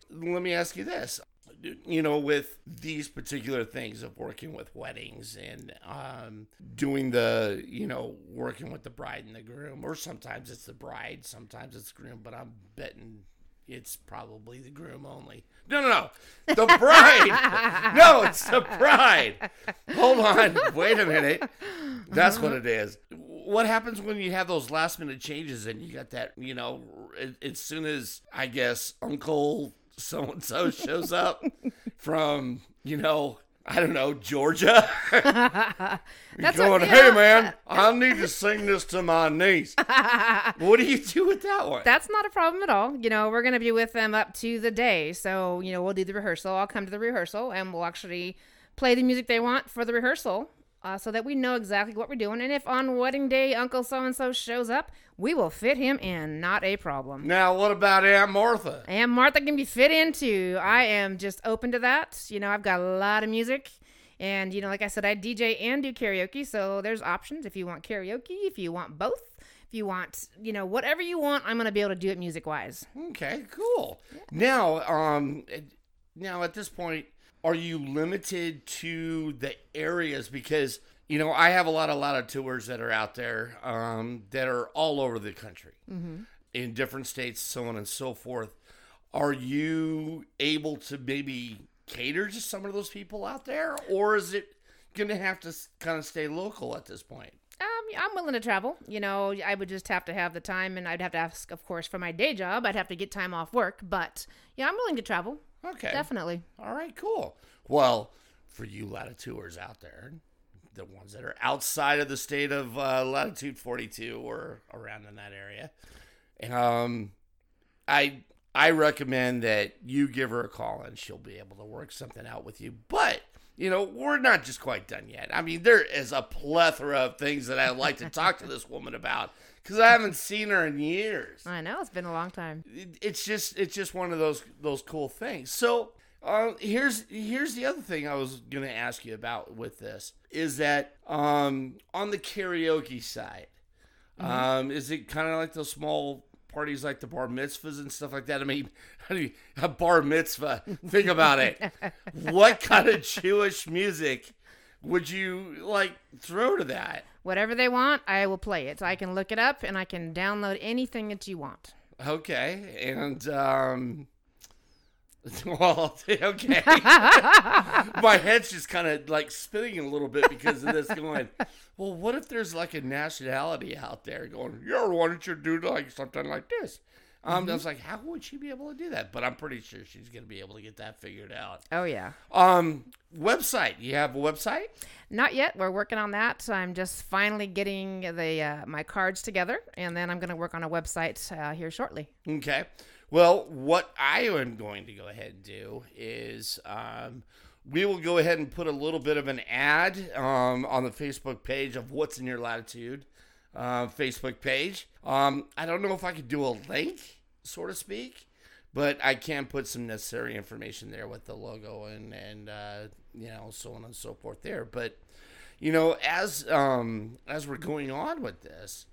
B: Let me ask you this. You know, with these particular things of working with weddings and um, doing the, you know, working with the bride and the groom, or sometimes it's the bride, sometimes it's the groom, but I'm betting it's probably the groom only. No, no, no. The bride. no, it's the bride. Hold on. Wait a minute. That's what it is. What happens when you have those last minute changes and you got that, you know, a- as soon as I guess Uncle so and so shows up from, you know, I don't know, Georgia. You're going,
F: what-
B: hey
F: yeah.
B: man, I need to sing this to my niece. what do you do with that one?
F: That's not a problem at all. You know, we're going to be with them up to the day. So, you know, we'll do the rehearsal. I'll come to the rehearsal and we'll actually play the music they want for the rehearsal uh, so that we know exactly what we're doing. And if on wedding day Uncle so and so shows up, we will fit him in. Not a problem.
B: now, what about Aunt Martha?
F: And Martha can be fit into. I am just open to that. You know, I've got a lot of music. And, you know, like I said, I DJ and do karaoke. So there's options if you want karaoke, if you want both, if you want, you know, whatever you want, I'm going to be able to do it music wise.
B: Okay, cool. Now, um, now at this point, are you limited to the areas? Because you know, I have a lot, a lot of tours that are out there, um, that are all over the country, in different states, so on and so forth. Are you able to maybe cater to some of those people out there, or is it going to have to kind of stay local at this point?
F: Um, I'm willing to travel. You know, I would just have to have the time and I'd have to ask, of course, for my day job. I'd have to get time off work. But, yeah, I'm willing to travel.
B: Okay,
F: Definitely.
B: All right, cool. Well, for you latitudes out there, the ones that are outside of the state of uh, latitude 42 or around in that area, um, I I recommend that you give her a call and she'll be able to work something out with you. But you know, we're not just quite done yet. I mean, there is a plethora of things that I'd like to talk to this woman about because I haven't seen her in years
F: I know, it's been a long time.
B: it- it's just it's just one of those those cool things. So uh, here's here's the other thing I was gonna ask you about with this is that um, on the karaoke side, um, is it kind of like those small parties like the bar mitzvahs and stuff like that? I mean, I mean a bar mitzvah. Think about it. what kind of Jewish music would you like throw to that?
F: Whatever they want, I will play it. I can look it up and I can download anything that you want.
B: Okay, and um, well, okay. My head's just kind of like spinning a little bit because of this. Going, well, what if there's like a nationality out there going, yeah, why don't you do like something like this? Um, I was like, how would she be able to do that? But I'm pretty sure she's gonna be able to get that figured out.
F: Oh, yeah.
B: Um, website. You have a website?
F: Not yet. We're working on that. I'm just finally getting the uh, my cards together, and then I'm going to work on a website uh, here shortly.
B: Okay. Well, what I am going to go ahead and do is um, we will go ahead and put a little bit of an ad um, on the Facebook page of What's in Your Latitude uh, Facebook page. Um, I don't know if I could do a link, so to speak, but I can put some necessary information there with the logo and, and uh, you know, so on and so forth there. But, you know, as, um, as we're going on with this,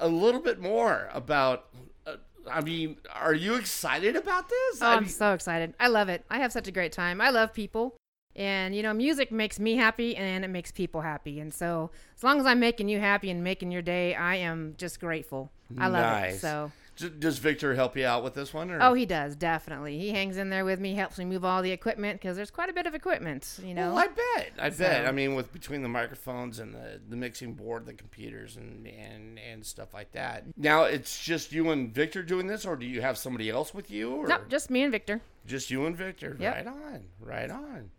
B: a little bit more about. Uh, I mean, are you excited about this?
F: Oh,
B: I
F: I'm
B: mean,
F: so excited. I love it. I have such a great time. I love people. And, you know, music makes me happy and it makes people happy. And so, as long as I'm making you happy and making your day, I am just grateful. I love it.
B: Nice.
F: So,
B: D- does Victor help you out with this one? Or?
F: oh, he does, definitely. He hangs in there with me, helps me move all the equipment because there's quite a bit of equipment, you know.
B: Well, I bet. I bet.
F: So-
B: I mean, with between the microphones and the, the mixing board, the computers, and, and and stuff like that. Now it's just you and Victor doing this, or do you have somebody else with you? Or?
F: Nope, just me and Victor.
B: Just you and Victor.
F: Yep.
B: Right on. Right on.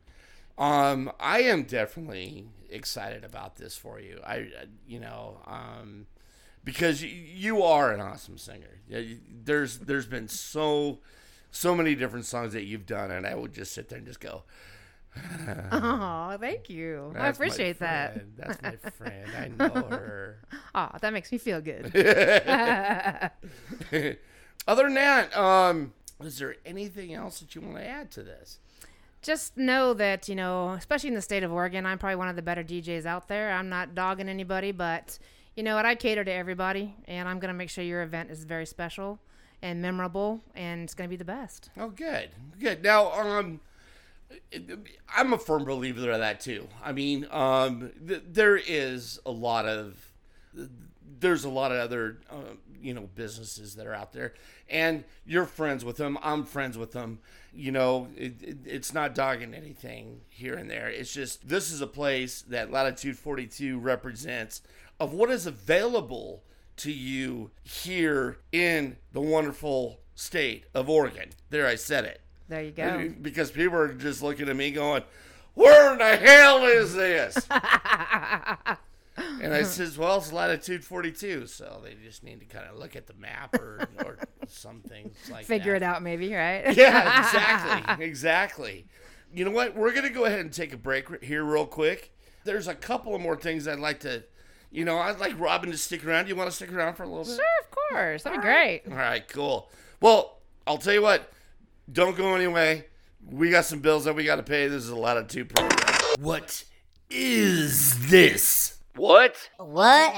B: Um, I am definitely excited about this for you. I, I- you know, um, because you, you are an awesome singer. Yeah, you- There's there's been so so many different songs that you've done, and I would just sit there and just go.
F: Oh, thank you. I
B: Mm. "That's my
F: appreciate that.
B: friend. That's my friend. I know her.
F: Oh, that makes me feel good.
B: Other than that, um, is there anything else that you want to add to this?
F: Just know that, you know, especially in the state of Oregon, I'm probably one of the better DJs out there. I'm not dogging anybody, but you know what? I cater to everybody, and I'm going to make sure your event is very special and memorable, and it's going to be the best.
B: Oh, good, good. Now, um, I'm a firm believer of that too. I mean, um, th- there is a lot of there's a lot of other uh, you know businesses that are out there, and you're friends with them. I'm friends with them. You know, it, it, it's not dogging anything here and there. It's just this is a place that Latitude 42 represents of what is available to you here in the wonderful state of Oregon. There, I said it
F: There you go.
B: because people are just looking at me going, "Where in the hell is this?" and I says, "Well, it's latitude 42, so they just need to kind of look at the map or or some things like
F: Figure
B: that.
F: it out, maybe, right?
B: Yeah, exactly, exactly. You know what? We're gonna go ahead and take a break r- here real quick. There's a couple of more things I'd like to. You know, I'd like Robin to stick around. You want to stick around for a little bit?
F: Sure, of course. That'd be great.
B: All right, cool. Well, I'll tell you what. Don't go anyway. We got some bills that we got to pay. This is a lot of two. What is this? What?
D: What?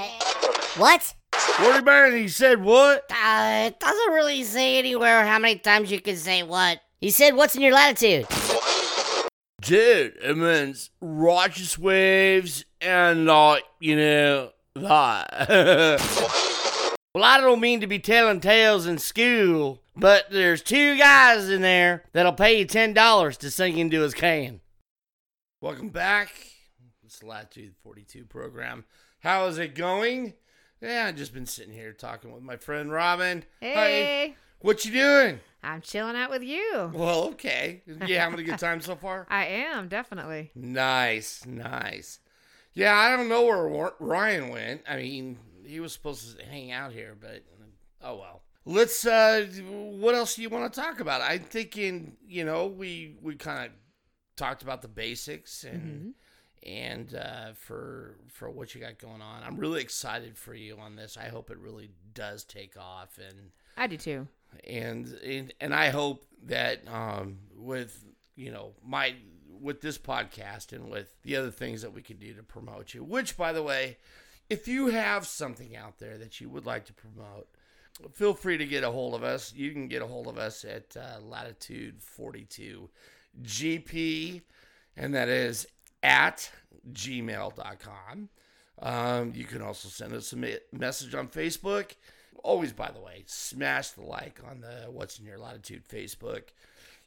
D: What?
B: Forty man. He said what?
D: Uh, it doesn't really say anywhere how many times you can say what. He said, "What's in your latitude?"
B: Dude, it means righteous waves and like you know that. well, I don't mean to be telling tales in school, but there's two guys in there that'll pay you ten dollars to sink into his can. Welcome back. It's the Latitude 42 program. How is it going? Yeah, I've just been sitting here talking with my friend Robin. Hey,
F: Hey,
B: what you doing?
F: I'm chilling out with you.
B: Well, okay. You having a good time so far?
F: I am, definitely.
B: Nice, nice. Yeah, I don't know where Wa- Ryan went. I mean, he was supposed to hang out here, but oh well. Let's. uh What else do you want to talk about? I'm thinking. You know, we we kind of talked about the basics and and uh, for for what you got going on. I'm really excited for you on this. I hope it really does take off and
F: I do too.
B: and and, and I hope that um, with you know my with this podcast and with the other things that we could do to promote you. Which, by the way, if you have something out there that you would like to promote, feel free to get a hold of us. You can get a hold of us at uh, Latitude Forty Two GP, and that is at gmail.com. Um, you can also send us a me- message on Facebook. Always, by the way, smash the like on the What's in Your Latitude Facebook.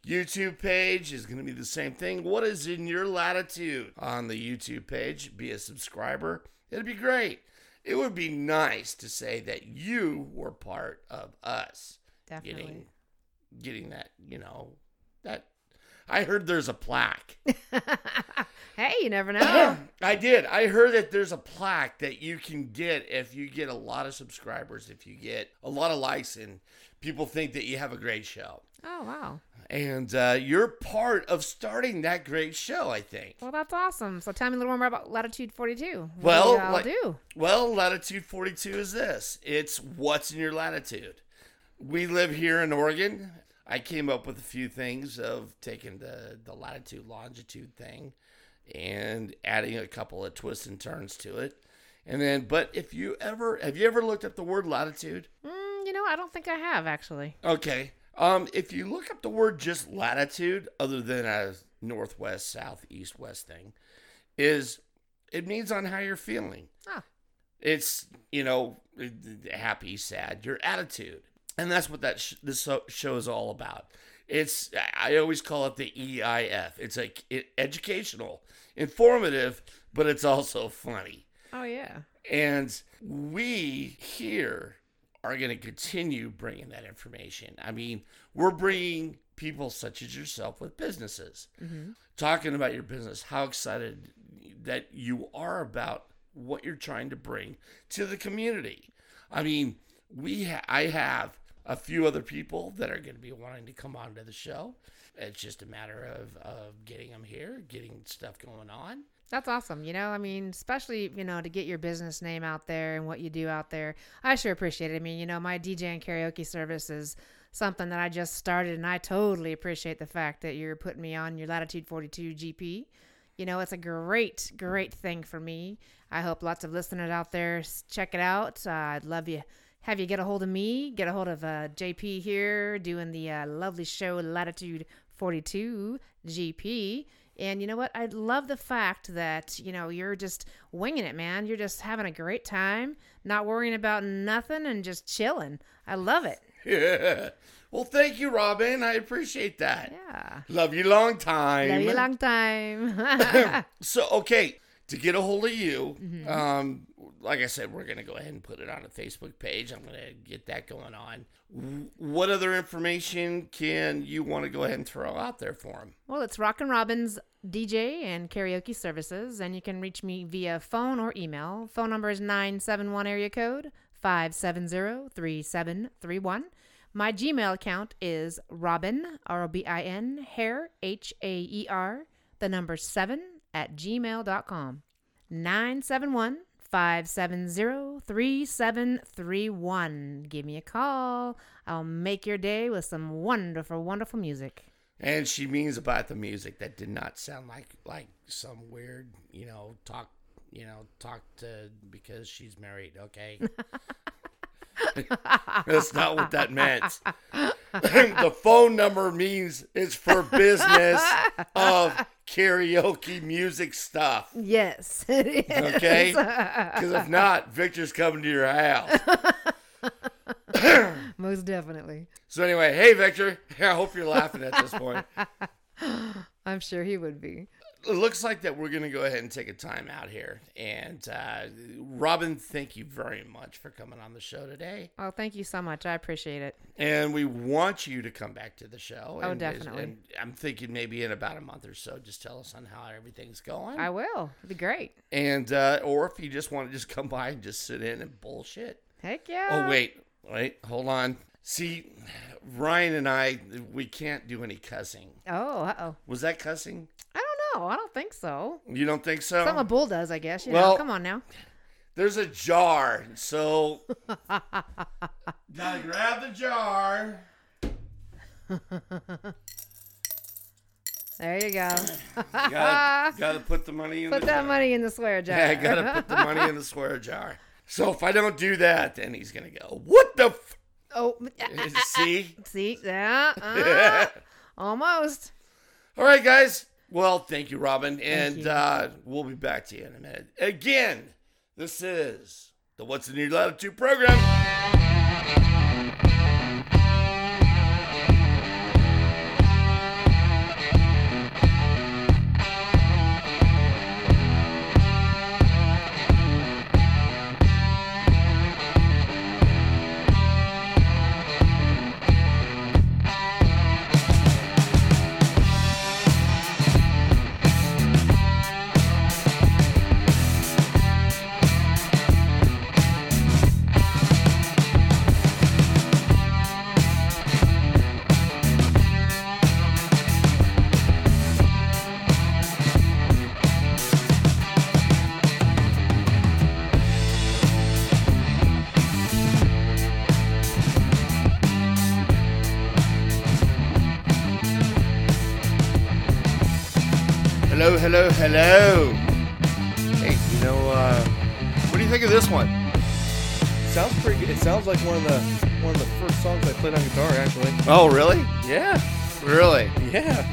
B: YouTube page is going to be the same thing. What is in your latitude on the YouTube page? Be a subscriber. It'd be great. It would be nice to say that you were part of us
F: Definitely.
B: getting getting that, you know, that I heard there's a plaque.
F: Hey, you never know.
B: I did. I heard that there's a plaque that you can get if you get a lot of subscribers, if you get a lot of likes, and people think that you have a great show.
F: oh, wow.
B: And uh, you're part of starting that great show, I think.
F: Well, that's awesome. So tell me a little more about Latitude 42. What
B: Well,
F: do y'all
B: like-
F: do?
B: Well, Latitude 42 is this it's what's in your latitude. We live here in Oregon. I came up with a few things of taking the, the latitude longitude thing and adding a couple of twists and turns to it. And then, but if you ever have you ever looked up the word latitude?
F: Mm, you know, I don't think I have actually.
B: Okay. Um, if you look up the word just latitude, other than a northwest, south, east, west thing, is it means on how you're feeling.
F: Ah.
B: It's you know happy, sad, your attitude, and that's what that sh- this so- show is all about. It's I always call it the EIF. It's like it, educational, informative, but it's also funny.
F: Oh, yeah.
B: And we here are going to continue bringing that information. I mean, we're bringing people such as yourself with businesses, talking about your business, how excited that you are about what you're trying to bring to the community. I mean, we ha- I have a few other people that are going to be wanting to come onto the show. It's just a matter of, of getting them here, getting stuff going on.
F: That's awesome. You know, I mean, especially, you know, to get your business name out there and what you do out there. I sure appreciate it. I mean, you know, my DJ and karaoke service is something that I just started and I totally appreciate the fact that you're putting me on your Latitude 42 GP. You know, it's a great, great thing for me. I hope lots of listeners out there s- check it out. Uh, I'd love you have you get a hold of me, get a hold of uh, JP here doing the uh, lovely show Latitude 42 GP. And you know what? I love the fact that, you know, you're just winging it, man. You're just having a great time, not worrying about nothing and just chilling. I love it.
B: Yeah. Well, thank you, Robin. I appreciate that.
F: Yeah.
B: Love you long time.
F: Love you long time.
B: So okay, to get a hold of you,
F: Mm-hmm.
B: um, like I said, we're gonna go ahead and put it on a Facebook page. I'm gonna get that going on. W- What other information can you want to go ahead and throw out there for them?
F: Well, it's Rockin' Robbins DJ and karaoke services, and you can reach me via phone or email. Phone number is 971 area code 570-3731. My Gmail account is robin, R-O-B-I-N, hair, H-A-E-R, E the number 7 at gmail.com. 971 570 3731. Give me a call. I'll make your day with some wonderful, wonderful music.
B: And she means about the music that did not sound like like some weird, you know, talk, you know, talk to because she's married. Okay, that's not what that meant. the phone number means it's for business of karaoke music stuff.
F: Yes. it is.
B: Okay, because if not, Victor's coming to your house.
F: Most definitely.
B: So anyway, hey Victor, I hope you're laughing at this point.
F: I'm sure he would be.
B: it looks like that we're going to go ahead and take a time out here. And uh, Robin, thank you very much for coming on the show today.
F: Oh, thank you so much. I appreciate it.
B: And we want you to come back to the show.
F: Oh,
B: and,
F: definitely.
B: And I'm thinking maybe in about a month or so, just tell us on how everything's going.
F: I will. It'd be great.
B: and uh, or if you just want to just come by and just sit in and bullshit.
F: Heck yeah.
B: Oh wait, wait, hold on. See, Ryan and I, we can't do any cussing.
F: Oh, uh oh.
B: Was that cussing?
F: I don't know. I don't think so.
B: You don't think so?
F: Something a bull does, I guess. You know,
B: Oh. Well-
F: come on now.
B: There's a jar, so gotta grab the jar.
F: There you go.
B: Gotta, gotta put the money in
F: Put
B: the
F: that
B: jar.
F: money in the swear jar.
B: Yeah, gotta put the money in the square jar. So if I don't do that, then he's gonna go, "What the? F-?
F: Oh,
B: See?
F: see? Yeah. uh, almost.
B: All right, guys. Well, thank you, Robin, and
F: you.
B: Uh, we'll be back to you in a minute. Again, this is the What's in Your Latitude program. Hello, hello, hello. Hey, you know, uh, what do you think of this one?
A: Sounds pretty good. It sounds like one of the one of the first songs I played on guitar, actually.
B: Oh, really?
A: Yeah,
B: Really?
A: yeah.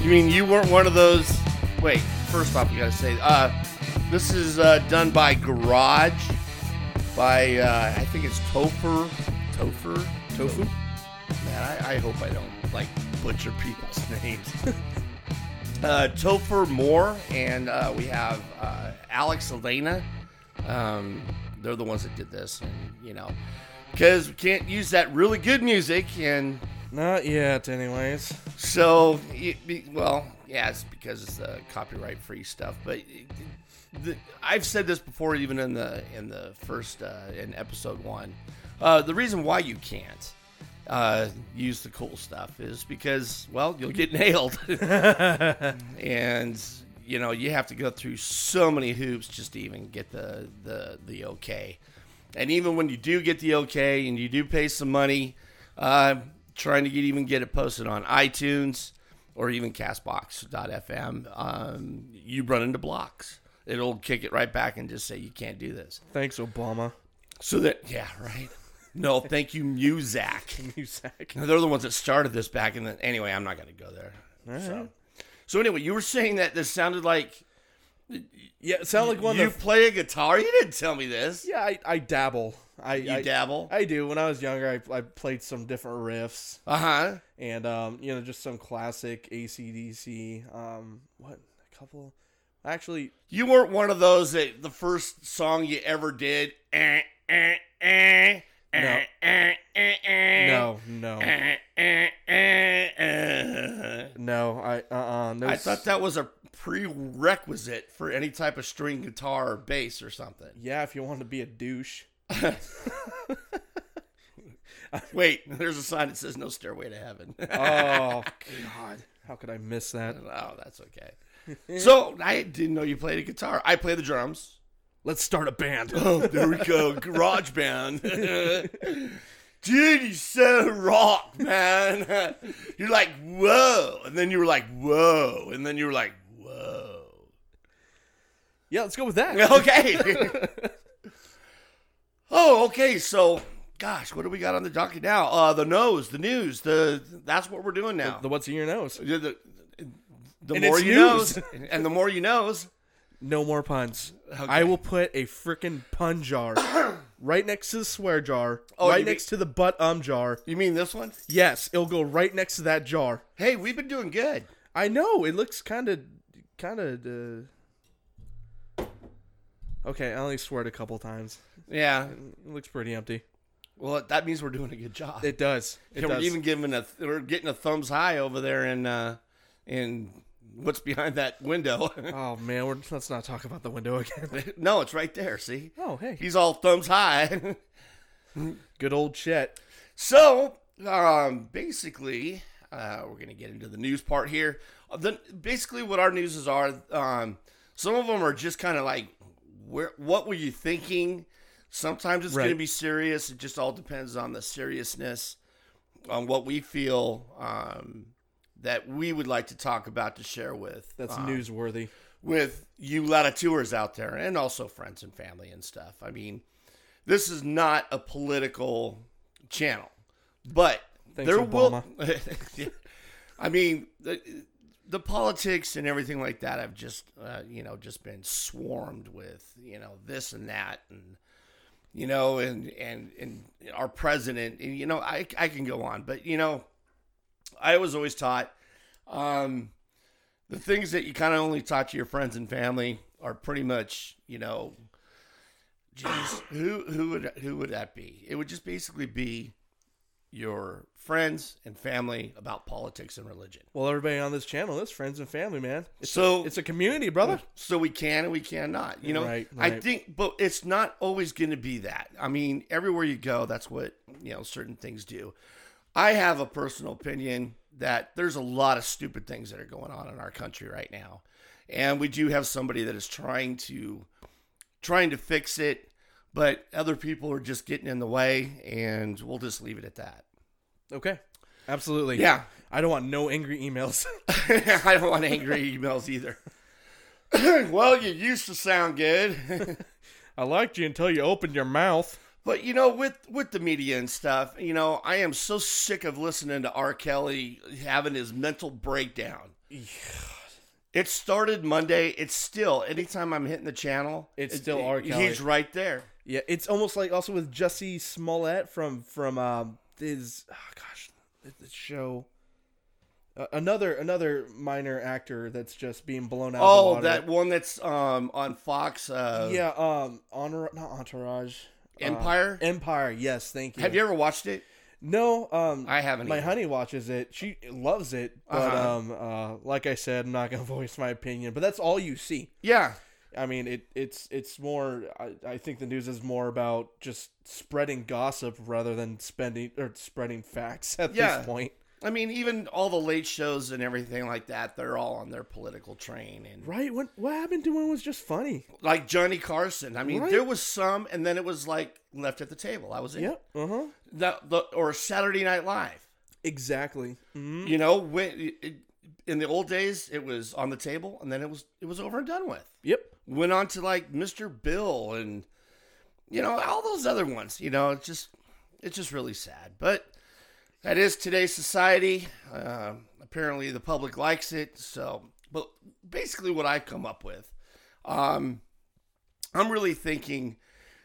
B: You mean you weren't one of those? Wait, first off, you gotta say, uh, this is uh, done by Garage, by uh, I think it's Topher, Topher, Tofu. Man, I, I hope I don't like butcher people's names. uh, Topher Moore, and uh, we have uh, Alex Elena. Um, they're the ones that did this, and you know, because we can't use that really good music and.
A: Not yet, anyways.
B: So, y- be- well, yeah, it's because it's uh, copyright free stuff. But it- the, I've said this before, even in the in the first uh, in episode one. Uh, the reason why you can't uh, use the cool stuff is because, well, you'll get nailed. and, you know, you have to go through so many hoops just to even get the, the, the okay. And even when you do get the okay and you do pay some money, uh, trying to get even get it posted on iTunes or even Castbox.fm, um, you run into blocks. It'll kick it right back and just say you can't do this.
A: Thanks, Obama.
B: So that yeah, right. No, thank you, Muzak.
A: Muzak.
B: They're the ones that started this back in the. Anyway, I'm not going to go there. So, so anyway, you were saying that this sounded like
A: Yeah, it sounded like one
B: you
A: of the.
B: play a guitar. You didn't tell me this.
A: yeah, I, I dabble. I,
B: You
A: I-
B: dabble.
A: I do. When I was younger, I, I played some different riffs
B: Uh huh.
A: and, um, you know, just some classic ACDC. Um, what? A couple? Actually,
B: You weren't one of those that the first song you ever did. Eh, eh, eh, eh, eh, eh, eh,
A: no, no.
B: eh, eh, eh, eh.
A: No, I, uh uh No,
B: I
A: s-
B: thought that was a prerequisite for any type of string guitar or bass or something.
A: Yeah, if you wanted to be a douche.
B: Wait, there's a sign that says no stairway to heaven.
A: Oh, God. How could I miss that?
B: oh, that's okay. So I didn't know you played a guitar. I play the drums.
A: Let's start a band.
B: Oh, there we go. Garage band. Dude, you so rock, man. You're like, whoa. And then you were like, whoa. And then you were like, whoa.
A: yeah, let's go with that.
B: Okay. oh, okay. So, gosh, what do we got on the docket now? Uh, the nose, the news, the that's what we're doing now.
A: The what's in your nose?
B: the, the, the
A: And
B: more
A: it's
B: you
A: news.
B: knows, and the more you knows.
A: No more puns. I will put a freaking pun jar right next to the swear jar,
B: Oh,
A: right
B: you mean-
A: next to the butt um jar.
B: You mean this one?
A: Yes, it'll go right next to that jar.
B: Hey, we've been doing good.
A: I know it looks kind of, kind of. Uh... Okay, I only sweared a couple times.
B: Yeah.
A: It looks pretty empty.
B: Well, that means we're doing a good job.
A: It does. It
B: and
A: does.
B: we're even giving a we're getting a thumbs high over there in uh in what's behind that window.
A: Oh man, we're, let's not talk about the window again.
B: no, it's right there, see?
A: Oh hey,
B: He's all thumbs high.
A: good old Chet.
B: So, um, basically, uh, we're going to get into the news part here. Uh, The, basically, what our newses are, um, some of them are just kind of like, where, what were you thinking? Sometimes it's going
A: Right.
B: to be serious. It just all depends on the seriousness, on what we feel um, that we would like to talk about to share with
A: That's
B: uh,
A: newsworthy.
B: with you latitours out there and also friends and family and stuff. I mean, this is not a political channel, but
A: Thanks,
B: there will. I mean, the, the politics and everything like that have just, uh, you know, just been swarmed with, you know, this and that and. You know, and and and our president, and you know, I I can go on, but you know, I was always taught, um, the things that you kind of only talk to your friends and family are pretty much, you know, geez, who who would who would that be? It would just basically be your friends and family about politics and religion.
A: Well, everybody on this channel is friends and family, man. It's
B: so
A: it's a community, brother.
B: so we can and we cannot. You know,
A: Right,
B: I
A: right.
B: think, but it's not always going to be that. I mean, everywhere you go, that's what you know. Certain things do. I have a personal opinion that there's a lot of stupid things that are going on in our country right now, and we do have somebody that is trying to trying to fix it, but other people are just getting in the way, and we'll just leave it at that.
A: Okay, absolutely.
B: Yeah.
A: I don't want no angry emails.
B: I don't want angry emails either. well, you used to sound good.
A: I liked you until you opened your mouth.
B: But you know, with with the media and stuff, you know, I am so sick of listening to R. Kelly having his mental breakdown. It started Monday. It's still anytime I'm hitting the channel,
A: It's
B: it-
A: still R.
B: it-
A: Kelly.
B: He's right there.
A: Yeah, it's almost like also with Jesse Smollett from from um, his oh gosh, th- this show. Uh, another another minor actor that's just being blown out. of the
B: Oh,
A: water.
B: that one that's um on Fox. Uh,
A: Yeah, um, honor not entourage. uh,
B: Empire?
A: Empire. Yes, thank you.
B: Have you ever watched it?
A: No, um,
B: I haven't
A: My
B: either.
A: honey watches it. She loves it, but
B: Uh-huh.
A: um, uh, like I said, I'm not gonna voice my opinion. But that's all you see.
B: Yeah.
A: I mean, it it's it's more. I, I think the news is more about just spreading gossip rather than spending or spreading facts at
B: Yeah.
A: this point.
B: I mean, even all the late shows and everything like that, they're all on their political train. And
A: Right? What what happened to when it was just funny?
B: like Johnny Carson, I mean,
A: Right.
B: there was some, and then it was like left at the table. I was in.
A: Yep. Uh huh.
B: The, the, or Saturday Night Live.
A: Exactly. Mhm.
B: You know, when it, in the old days, it was on the table, and then it was it was over and done with.
A: Yep.
B: Went on to like Mr. Bill and you know all those other ones. You know, it's just it's just really sad, but that is today's society. Um apparently, the public likes it. So, but basically, what I've come up with, um, I'm really thinking.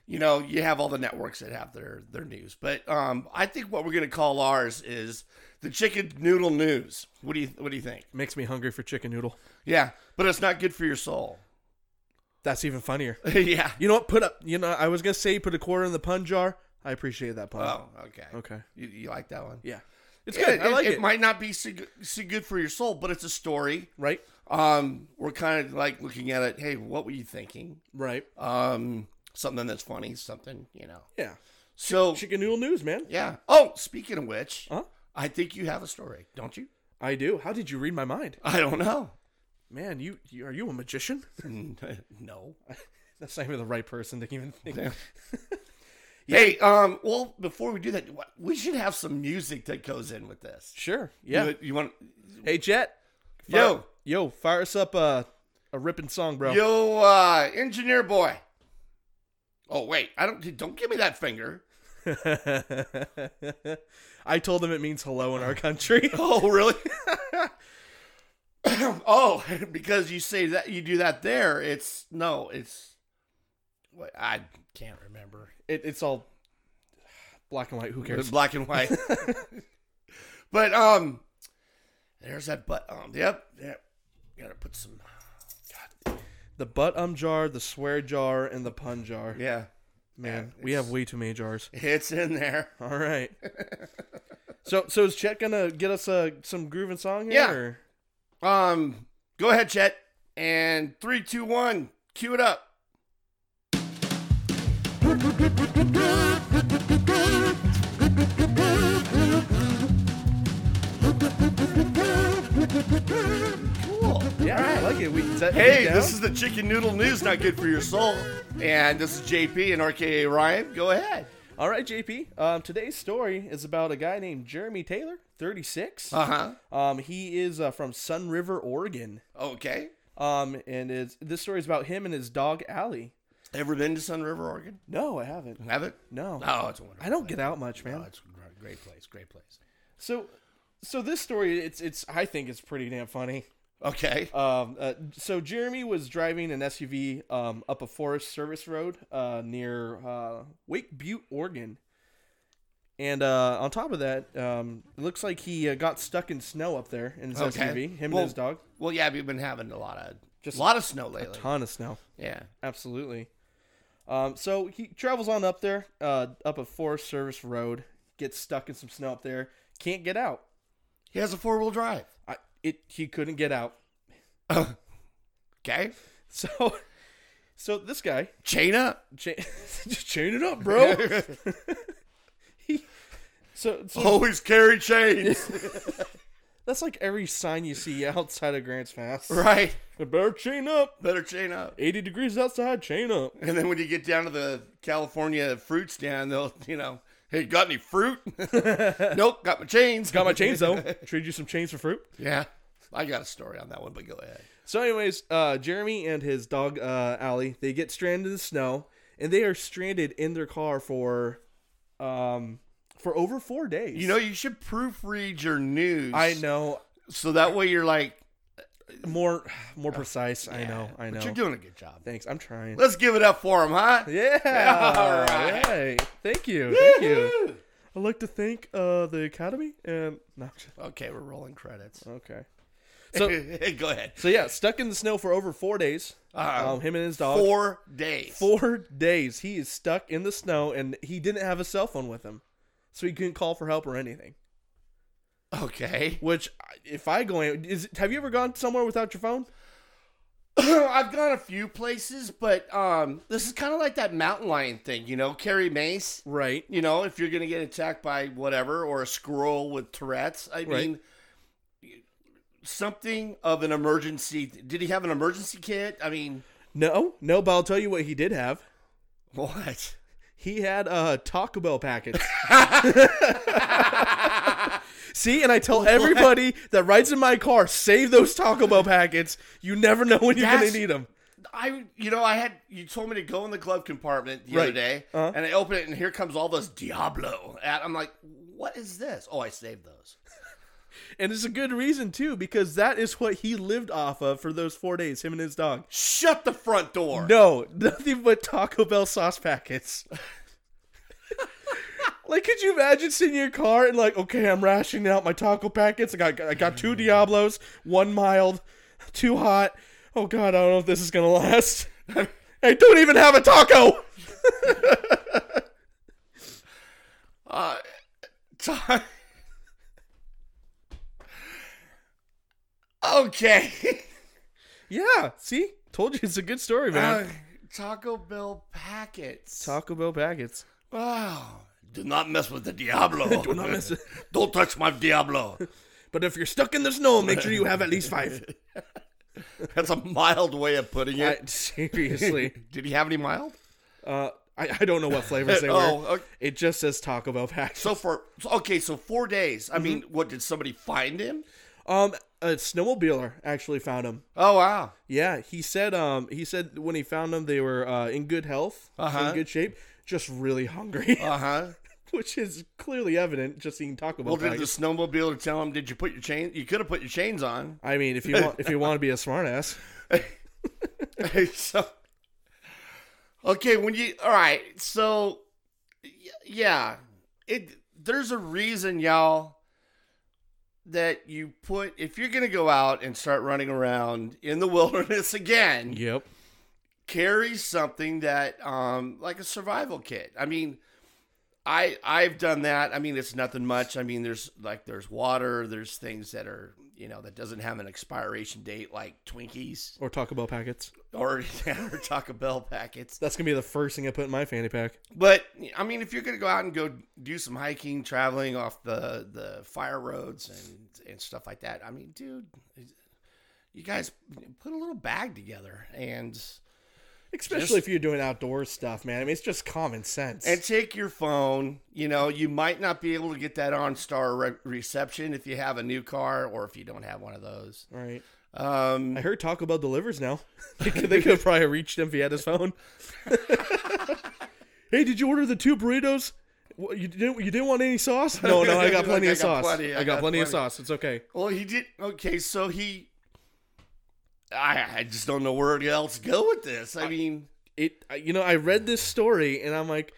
B: You know, you have all the networks that have their their news, but um, I think what we're gonna call ours is the chicken noodle news. What do you What do you think?
A: Makes me hungry for chicken noodle.
B: Yeah, but it's not good for your soul.
A: That's even funnier.
B: yeah.
A: You know what? Put up. You know, I was gonna say put a quarter in the pun jar. I appreciate that pun.
B: Oh, okay.
A: Okay.
B: You, you like that one?
A: Yeah. It's
B: Yeah,
A: good. I like it.
B: might not be so good, so good for your soul, but it's a story.
A: Right.
B: Um, we're kind of like looking at it. Hey, what were you thinking?
A: Right.
B: Um, something that's funny, something you know.
A: Yeah.
B: So
A: Chicken noodle news, man.
B: yeah. Oh, speaking of which,
A: Huh?
B: I think you have a story, don't you?
A: I do. How did you read my mind,
B: I don't know.
A: man? You, you are you a magician?
B: no.
A: That's not even the right person to even think.
B: Hey, um, well, before we do that, wh- we should have some music that goes in with this.
A: Sure. Yeah.
B: You, you want?
A: Hey, Jet. Fire-
B: Yo,
A: Yo, fire us up a a ripping song, bro.
B: yo, uh, engineer boy. Oh wait, I don't. Don't give me that finger.
A: I told them it means hello in our country.
B: Oh really? oh, because you say that you do that there. It's no. It's what I can't remember.
A: it, it's all black and white. Who
B: It's
A: cares?
B: black and white. but um, there's that. But um, yep, yep. Gotta put some.
A: The butt um jar, the swear jar, and the pun jar.
B: Yeah,
A: Man,
B: yeah,
A: we have way too many jars.
B: it's in there.
A: All right. so, so is Chet gonna get us uh, some grooving song here? or-
B: Yeah. Um, go ahead, Chet. And three, two, one, cue it up. Cool.
A: Yeah, I like it. We, is that
B: Hey,
A: down?
B: this is the chicken noodle news, not good for your soul. And this is JP and RKA Ryan. Go ahead.
A: all right, JP. Um, today's story is about a guy named Jeremy Taylor, 36.
B: Uh huh.
A: Um, he is uh, from Sun River, Oregon.
B: Okay.
A: Um, and is this story is about him and his dog Allie.
B: Ever been to Sun River, Oregon?
A: No, I haven't.
B: Have it?
A: No,
B: Oh, it's a wonderful.
A: I don't get out much, man.
B: Oh, it's a gr- great place. Great place.
A: So, so this story, it's it's I think it's pretty damn funny.
B: Okay.
A: Um, uh, so Jeremy was driving an SUV um, up a Forest Service road uh, near uh, Wake Butte, Oregon, and uh, on top of that, um, it looks like he uh, got stuck in snow up there in his
B: Okay.
A: SUV. Him
B: Well,
A: and his dog,
B: Well, yeah, we've been having a lot of
A: Just
B: just a lot of snow lately.
A: ton of snow.
B: Yeah.
A: Absolutely. Um, so he travels on up there, uh, up a Forest Service road, gets stuck in some snow up there, can't get out.
B: He has a four wheel drive.
A: I, it he couldn't get out.
B: Okay.
A: So, so this guy
B: Chain up.
A: cha- just chain it up, bro. he, so, so
B: Always carry chains.
A: that's like every sign you see outside of Grants Pass.
B: right.
A: You better chain up.
B: Better chain up.
A: Eighty degrees outside, chain up.
B: And then when you get down to the California fruit stand, they'll, you know, hey, got any fruit? nope, got my chains.
A: Got my chains though. Trade you some chains for fruit.
B: Yeah. I got a story on that one, but go ahead.
A: So, anyways, uh, Jeremy and his dog uh, Allie, they get stranded in the snow, and they are stranded in their car for, um, for over four days.
B: You know, you should proofread your news.
A: I know
B: So that way you're like,
A: more, more precise. I know, I know.
B: Oh, but you're doing a good job.
A: Thanks, I'm trying.
B: Let's give it up for him, huh?
A: yeah,
B: All right.
A: Yay. Thank you, thank you. I'd like to thank uh, the Academy and no, I'm just-
B: Okay, we're rolling credits.
A: okay. So,
B: go ahead.
A: so yeah, stuck in the snow for over four days.
B: Uh,
A: Um, him and his dog.
B: four days.
A: four days he is stuck in the snow and he didn't have a cell phone with him so he couldn't call for help or anything
B: Okay.
A: which I- if i go in- is have you ever gone somewhere without your phone
B: I've gone a few places, but um, this is kind of like that mountain lion thing, you know, carry mace.
A: Right.
B: You know, if you're gonna get attacked by whatever or a squirrel with Tourette's, I mean, something of an emergency. Did he have an emergency kit? I mean,
A: No, no, but I'll tell you what he did have.
B: what?
A: He had uh, Taco Bell packets. See, and I tell everybody that rides in my car, save those Taco Bell packets. You never know when you're
B: That's-
A: gonna need them.
B: I, you know, I had you told me to go in the glove compartment the other
A: Right.
B: day,
A: Uh-huh.
B: and I open it, and here comes all this Diablo. And I'm like, what is this? Oh, I saved those.
A: And it's a good reason too, because that is what he lived off of for those four days, him and his dog.
B: Shut the front door.
A: No, nothing but Taco Bell sauce packets. like, could you imagine sitting in your car and like, okay, I'm rationing out my taco packets. I got I got two Diablos, one mild, too hot. Oh God, I don't know if this is gonna last. I don't even have a taco.
B: Uh, Sorry. okay.
A: Yeah, see, told you it's a good story, man.
B: Uh, Taco Bell packets.
A: taco Bell packets.
B: wow. Ah, Do not mess with the Diablo. Do
A: not mess with-
B: Don't touch my Diablo.
A: But if you're stuck in the snow, make sure you have at least five.
B: That's a mild way of putting
A: I,
B: it.
A: seriously,
B: Did he have any mild?
A: uh, I, I don't know what flavors they were.
B: Oh, okay.
A: It just says Taco Bell packets.
B: So for okay, so four days. I mean, what did somebody find him?
A: Um, a snowmobiler actually found him.
B: Oh wow.
A: Yeah, he said. Um, he said when he found them, they were uh, in good health,
B: Uh-huh.
A: in good shape, just really hungry,
B: Uh huh.
A: which is clearly evident just seeing Taco Bell.
B: Well, did the
A: packets.
B: snowmobiler tell him? Did you put your chain? You could have put your chains on.
A: I mean, if you want, if you want to be a smartass,
B: so, okay, when you all right, so y- yeah, it there's a reason, y'all, that you put if you're gonna go out and start running around in the wilderness again,
A: yep,
B: carry something that um like a survival kit. I mean. I I've done that. I mean, it's nothing much. I mean, there's like there's water, there's things that are you know that doesn't have an expiration date, like Twinkies
A: or Taco Bell packets.
B: or, or Taco Bell packets.
A: That's gonna be the first thing I put in my fanny pack.
B: But I mean, if you're gonna go out and go do some hiking, traveling off the the fire roads and and stuff like that, I mean, dude, you guys put a little bag together and
A: Especially if you're doing outdoor stuff, man. I mean, it's just common sense.
B: and take your phone. You know, you might not be able to get that on star re- reception if you have a new car or if you don't have one of those.
A: All right.
B: Um,
A: I heard Taco Bell delivers now. they, could, they could probably have reached him if he had his phone. hey, did you order the two burritos? What, you didn't. You didn't want any sauce? No, no, I got
B: Like,
A: plenty
B: I
A: of
B: got
A: sauce.
B: plenty,
A: I, got, plenty, of sauce. It's okay.
B: Well, he did. Okay, so he. I, I just don't know where else to go with this. I mean,
A: It. I- You know, I read this story and I'm like,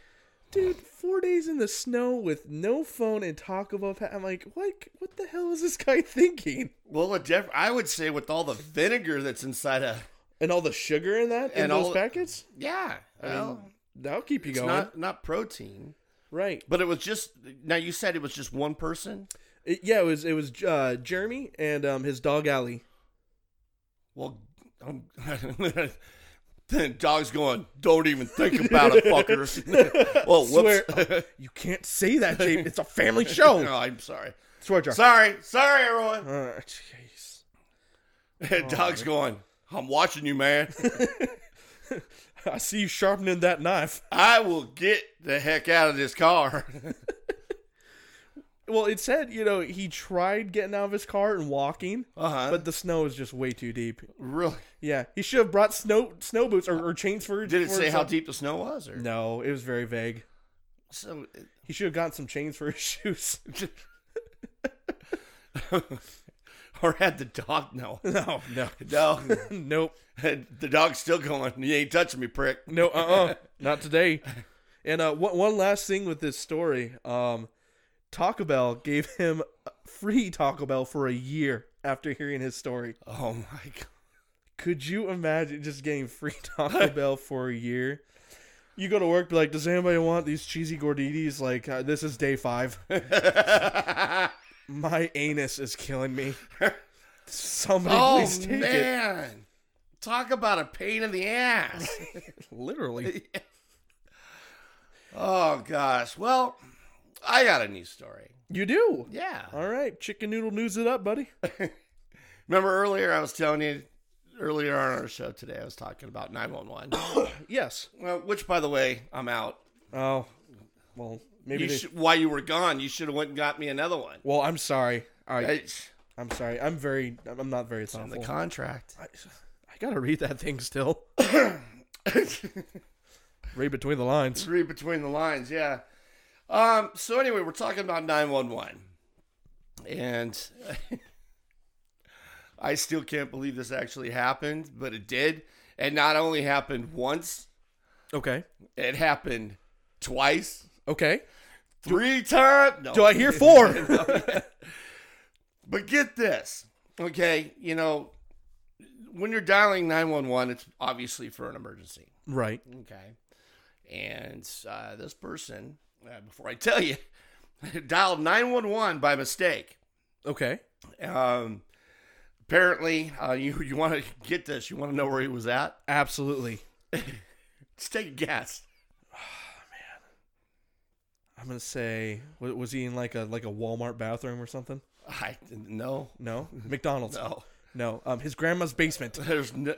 A: dude, four days in the snow with no phone and Taco Bell. Pa- I'm like, what? What the hell is this guy thinking?
B: well, a def- I would say with all the vinegar that's inside a
A: And all the sugar in that in
B: And
A: those
B: all-
A: packets.
B: yeah, well,
A: That'll keep you
B: it's
A: going,
B: not not protein,
A: right?
B: but it was just. Now you said it was just one person.
A: It- yeah, it was. It was uh, Jeremy and um, his dog Allie.
B: Well, I'm, then dog's going. Don't even think about it, fucker. well, whoops.
A: Swear- oh, you can't say that, James. It's a family show.
B: No, I'm sorry.
A: Swear jar.
B: Sorry, sorry, everyone.
A: Uh, jeez. Oh,
B: dog's going. I'm watching you, man.
A: I see you sharpening that knife.
B: I will get the heck out of this car.
A: Well, it said you know he tried getting out of his car and walking,
B: Uh-huh.
A: but the snow is just way too deep.
B: really?
A: Yeah, he should have brought snow snow boots or, or chains for.
B: Did it
A: for
B: say how
A: himself.
B: deep the snow was? Or
A: No, it was very vague.
B: So, it-
A: He should have gotten some chains for his shoes.
B: or had the dog? No,
A: No, no,
B: no.
A: nope,
B: the dog's still going. You ain't touching me, prick.
A: no, uh, uh not today. And uh, one one last thing with this story, um, Taco Bell gave him free Taco Bell for a year after hearing his story.
B: Oh my god.
A: Could you imagine just getting free Taco Bell for a year? You go to work, be like, does anybody want these cheesy gorditas? Like, uh, this is day five. My anus is killing me. Somebody
B: Oh
A: please take it.
B: man. Talk about a pain in the ass.
A: Literally.
B: oh gosh. Well, I got a news story.
A: You do.
B: Yeah.
A: All right, chicken noodle news it up, buddy.
B: Remember earlier I was telling you earlier on our show today I was talking about 911.
A: Yes.
B: well, which by the way, I'm out.
A: Oh, well, maybe.
B: You
A: they-
B: sh- while you were gone, you should have went and got me another one.
A: well, I'm sorry. All right,
B: It's
A: I'm sorry. I'm very. I'm I'm not very thoughtful.
B: the contract.
A: I, I gotta read that thing still. read between the lines.
B: Read between the lines, yeah. Um, so anyway, we're talking about 911. And I still can't believe this actually happened, but it did. And not only happened once,
A: Okay.
B: it happened twice,
A: Okay.
B: three times. No.
A: Do I hear four?
B: But get this, okay? You know, when you're dialing 911, it's obviously for an emergency,
A: right.
B: okay? And uh, this person, uh, before I tell you, dialed 911 by mistake.
A: Okay.
B: Um, apparently, uh, you you want to get this? You want to know where he was at?
A: Absolutely.
B: Just take a guess.
A: I'm gonna say, wa- was he in like a like a Walmart bathroom or something?
B: I no,
A: No. McDonald's.
B: no.
A: No. Um, his grandma's basement.
B: There's no,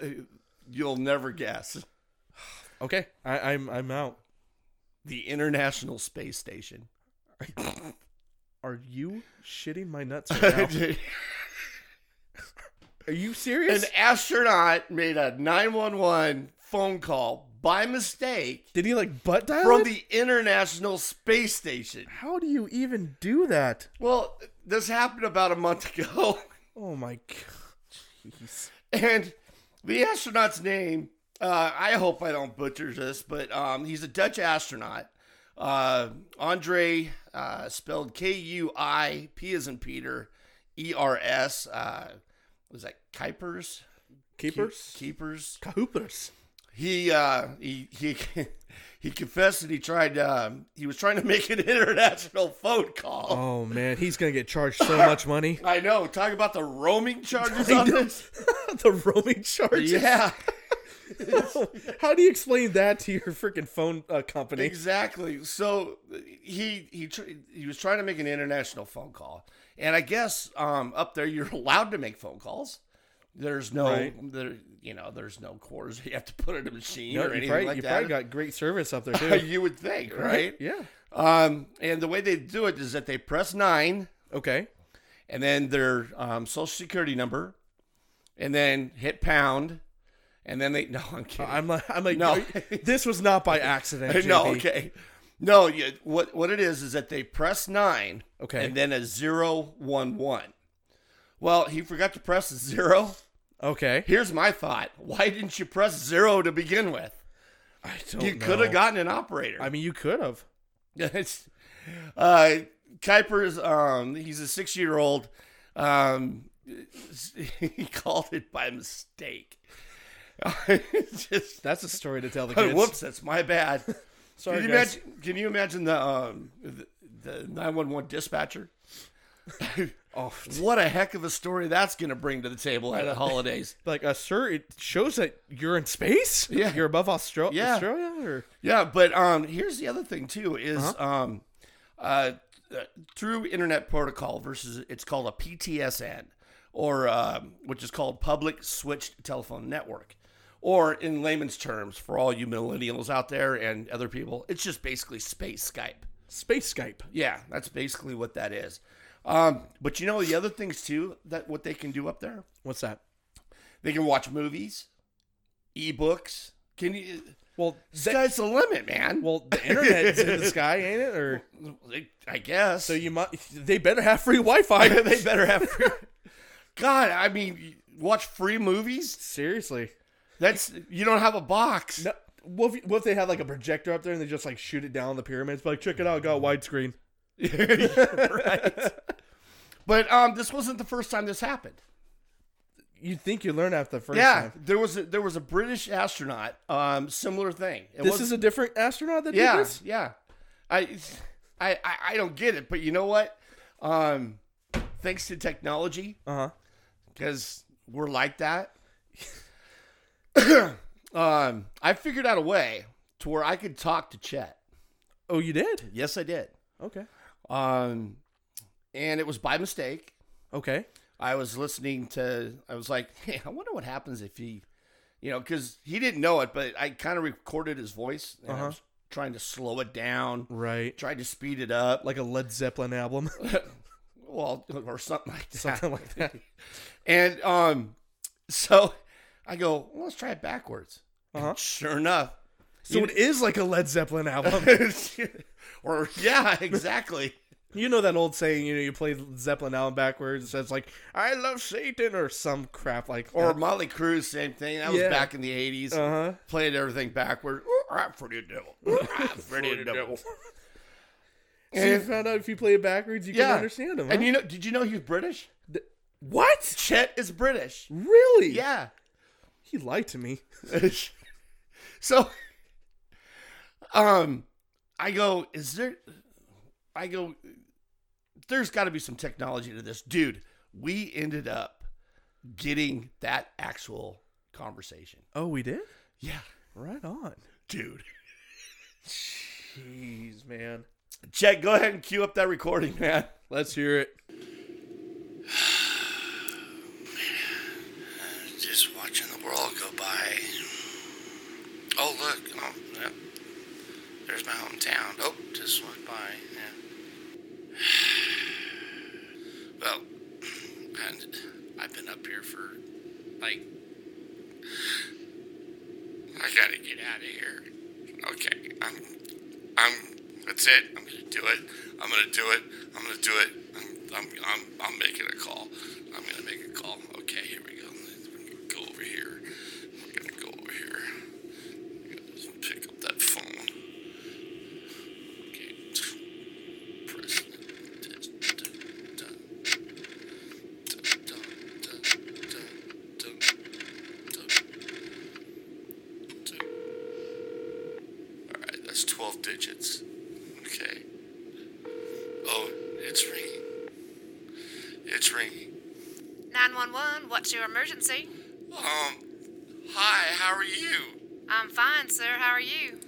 B: you'll never guess.
A: Okay. I, I'm I'm out.
B: The International Space Station.
A: Are you shitting my nuts right now? Are you serious?
B: An astronaut made a 911 phone call by mistake
A: Did he like butt dial
B: from
A: it?
B: the International Space Station.
A: How do you even do that?
B: Well, this happened about a month ago,
A: Oh my god. Jeez.
B: and the astronaut's name, uh, I hope I don't butcher this, but um, he's a Dutch astronaut. Uh, Andre, uh, spelled K U I, P as in Peter, E R S. Uh, was that Kuipers?
A: Keepers?
B: Keepers.
A: Hoopers.
B: he uh he he he confessed that he tried um he was trying to make an international phone call.
A: Oh man, he's gonna get charged so much money.
B: I know. Talk about the roaming charges on this.
A: the roaming charges.
B: Yeah,
A: How do you explain that to your freaking phone uh, company?
B: exactly. So he he tr- he was trying to make an international phone call, and I guess um up there you're allowed to make phone calls. There's no
A: Right.
B: there you know there's no cores you have to put in a machine
A: No,
B: or
A: you
B: anything
A: probably,
B: like
A: you
B: that.
A: probably got great service up there too.
B: you would think, right?
A: yeah.
B: Um, and the way they do it is that they press nine.
A: Okay.
B: and then their um, social security number, and then hit pound, and then they. No, I'm kidding.
A: I'm like, I'm like,
B: No.
A: this was not by accident.
B: no,
A: JP.
B: okay. No, you, what what it is is that they press nine,
A: Okay.
B: and then a zero one one. Well, he forgot to press zero.
A: okay.
B: Here's my thought: Why didn't you press zero to begin with?
A: I don't.
B: You
A: know.
B: could have gotten an operator.
A: I mean, you could have.
B: It's, uh, Kuiper's, um, he's a six year old. Um, he called it by mistake. It's just,
A: That's a story to tell the kids.
B: whoops, that's my bad.
A: Sorry,
B: can, you
A: guys.
B: imagine, can you imagine the, um, the, the 911 dispatcher?
A: Oh,
B: What a heck of a story that's going to bring to the table at the holidays.
A: like, uh, sir, it shows that you're in space.
B: Yeah.
A: You're above Austra-
B: Yeah.
A: Australia. Or
B: Yeah, but um, here's the other thing too is
A: Uh-huh.
B: um, uh, uh, through internet protocol versus it's called a PTSN or um, which is called public switched telephone network, or in layman's terms for all you millennials out there and other people, it's just basically space Skype.
A: space Skype.
B: Yeah, that's basically what that is. Um, but you know the other things too that what they can do up there,
A: What's that?
B: they can watch movies, ebooks. Can you?
A: Well, that,
B: Sky's the limit, man.
A: well, the internet's in the sky, ain't it? Or
B: I guess.
A: so you might. They better have free Wi-Fi.
B: they better have. Free- God, I mean, you watch free movies.
A: Seriously.
B: That's you don't have a box.
A: No, what if, what if they had like a projector up there and they just like shoot it down the pyramids? But like, check it out, got widescreen.
B: right. But um, this wasn't the first time this happened.
A: You'd think you learn after the first
B: yeah,
A: time.
B: there was a, there was a British astronaut. Um, similar thing. It
A: This
B: was-
A: is a different astronaut that
B: yeah,
A: did this?
B: yeah. I, I I I don't get it, but you know what? Um,
A: Uh-huh.
B: thanks to technology,
A: Uh huh.
B: because we're like that. Um, I figured out a way to where I could talk to Chet.
A: Oh, you did?
B: Yes, I did.
A: Okay.
B: Um, and it was by mistake.
A: Okay.
B: I was listening to. I was like, hey, I wonder what happens if he, you know, because he didn't know it, but I kind of recorded his voice and I was trying to slow it down,
A: Right.
B: tried to speed it up,
A: Like
B: like
A: a Led Zeppelin album,
B: well, or something like that.
A: something like that.
B: And um, so I go, well, let's try it backwards.
A: Uh-huh.
B: And sure enough,
A: So it is like a Led Zeppelin album.
B: or yeah, exactly.
A: You know that old saying, you know, you play Zeppelin album backwards. It says like "I love Satan" or some crap like
B: Or
A: that.
B: Molly Cruz, same thing. That was
A: Yeah.
B: back in the 80s.
A: Uh-huh.
B: Played everything backward. I'm Freddy the Devil.
A: Ah,
B: I'm Freddy the Devil.
A: So you found out if you play it backwards, you
B: Yeah.
A: can understand them.
B: And you know, did you know he's British?
A: what?
B: Chet is British.
A: Really?
B: Yeah.
A: He lied to me.
B: so, um, I go, is there, I go, there's got to be some technology to this. Dude, we ended up getting that actual conversation.
A: Oh, we did.
B: Yeah.
A: Right on.
B: Dude.
A: Jeez, man.
B: Chet, go ahead and cue up that recording, man.
A: Let's hear it.
B: Just watching the world go by. Oh, look. Oh, yeah. There's my hometown. Oh, just went by. Yeah. Well, and I've been up here for, like, I gotta get out of here. Okay, I'm, I'm, that's it. I'm gonna do it. I'm gonna do it. I'm gonna do it. I'm, I'm, I'm, I'm making a call. I'm gonna make a call. Okay, here we go. We're gonna go over here. We're gonna go over here. We're gonna Pick up that phone. Okay. Press it. Dun, dun, dun, dun, dun, dun, dun, dun. All right, that's 12 digits. Okay. Oh, it's ringing. It's ringing.
F: 911, what's your emergency?
B: Um, hi, how are you?
F: I'm fine, sir. How are you?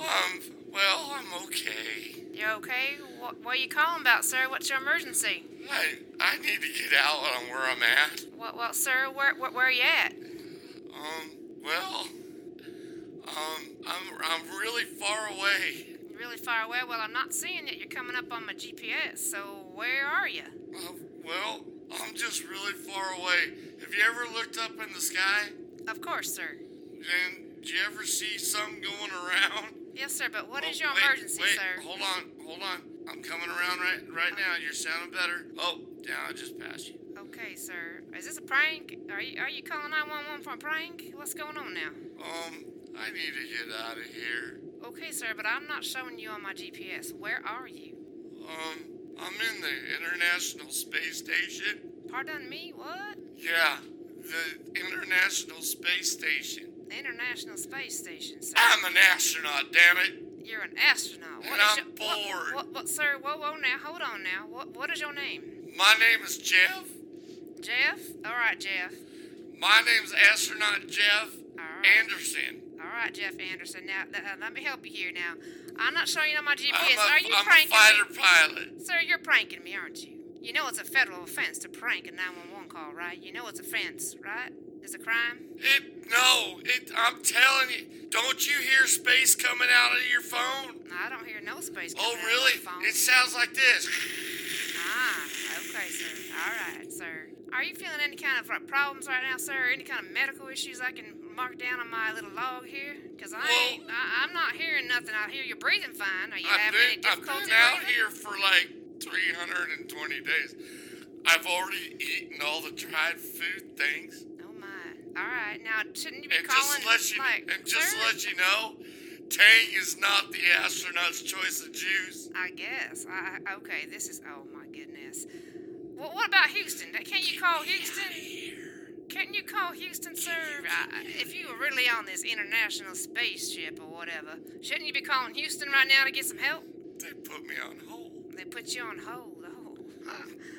B: Um, well, I'm okay.
F: You okay? What, what are you calling about, sir? What's your emergency?
B: I, I need to get out on where I'm at.
F: What, well, sir, where, where, where are you at?
B: Um, well, um, I'm, I'm really far away.
F: You're really far away. Well, I'm not seeing it. You're coming up on my GPS, so where are you?
B: Uh, well, I'm just really far away. Have you ever looked up in the sky?
F: Of course, sir.
B: And do you ever see something going around?
F: Yes, sir, but what
B: What
F: is
B: is
F: your emergency,
B: Oh, wait,
F: sir?
B: Hold on, hold on. I'm coming around right right now. You're sounding better. Oh, yeah, I just passed you.
F: Okay, sir. Is this a prank? Are you are you calling 911 for a prank? What's going on now?
B: Um, I need to get out of here.
F: Okay, sir, but I'm not showing you on my GPS. Where are you?
B: Um, I'm in the International Space Station.
F: Pardon me, what?
B: Yeah, the International Space Station.
F: The International Space Station, sir.
B: I'm an astronaut, damn it.
F: You're an astronaut. What
B: And I'm
F: is your, what-
B: bored.
F: What, what, sir? Whoa, whoa, now, hold on now. What, what is your name?
B: My name is Jeff.
F: Jeff? All right, Jeff.
B: My name's astronaut Jeff
F: right.
B: Anderson.
F: All right, Jeff Anderson. Now, th- uh, let me help you here now. I'm not showing you on my GPS.
B: I'm a,
F: Are you
B: I'm a
F: pranking
B: fighter
F: me?
B: pilot.
F: Sir, you're pranking me, aren't you? You know it's a federal offense to prank a 911 call, right? You know it's offense, right? It's a crime.
B: It no, it I'm telling you, don't you hear space coming out of your phone?
F: No, I don't hear no space. coming
B: Oh
F: out of my
B: really?
F: Phone.
B: It sounds like this.
F: Ah, okay, sir. All right, sir. Are you feeling any kind of like, problems right now, sir? Any kind of medical issues I can mark down on my little log here? Because I
B: Well-
F: ain't, I, I'm not hearing nothing. I hear you're breathing fine. Are you
B: I've
F: having any
B: been, I've
F: difficulty
B: been out
F: breathing?
B: here for like 320 days. I've already eaten all the dried food things,
F: Oh my! All right, now shouldn't you be
B: and
F: calling
B: just let you
F: like?
B: and just
F: sir?
B: let you know, Tang is not the astronaut's choice of juice.
F: I guess. I, I- okay, this is. Oh my goodness. Well, what about Houston? Can't you call Houston? Can't you call Houston, sir? I, if you were really on this international spaceship or whatever, shouldn't you be calling Houston right now to get some help?
B: They put me on hold,
F: They put you on hold. Oh.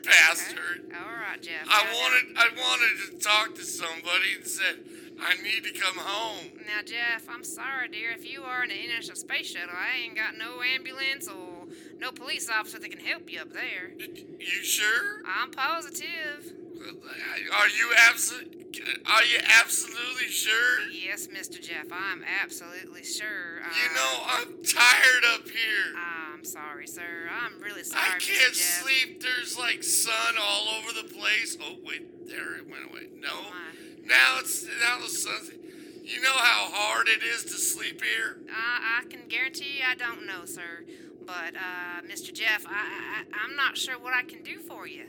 B: bastard.
F: All right, Jeff.
B: I
F: now-
B: wanted I wanted to talk to somebody and said,
E: I need to come home.
F: Now, Jeff, I'm sorry, dear. If you are in an international space shuttle, I ain't got no ambulance or no police officer that can help you up there.
E: You sure?
F: I'm positive.
E: Are you absolutely? Are you absolutely sure?
F: Yes, Mr. Jeff, I'm absolutely sure. Uh,
E: You know I'm tired up here.
F: I'm sorry, sir. I'm really sorry,
E: I can't
F: Mr. Jeff.
E: sleep. There's like sun all over the place. Oh wait, there it went away. No,
F: Why?
E: now it's now the sun's. You know how hard it is to sleep here.
F: Uh, I, I can guarantee you I don't know, sir. But, uh, Mr. Jeff, I, I, I'm not sure what I can do for you.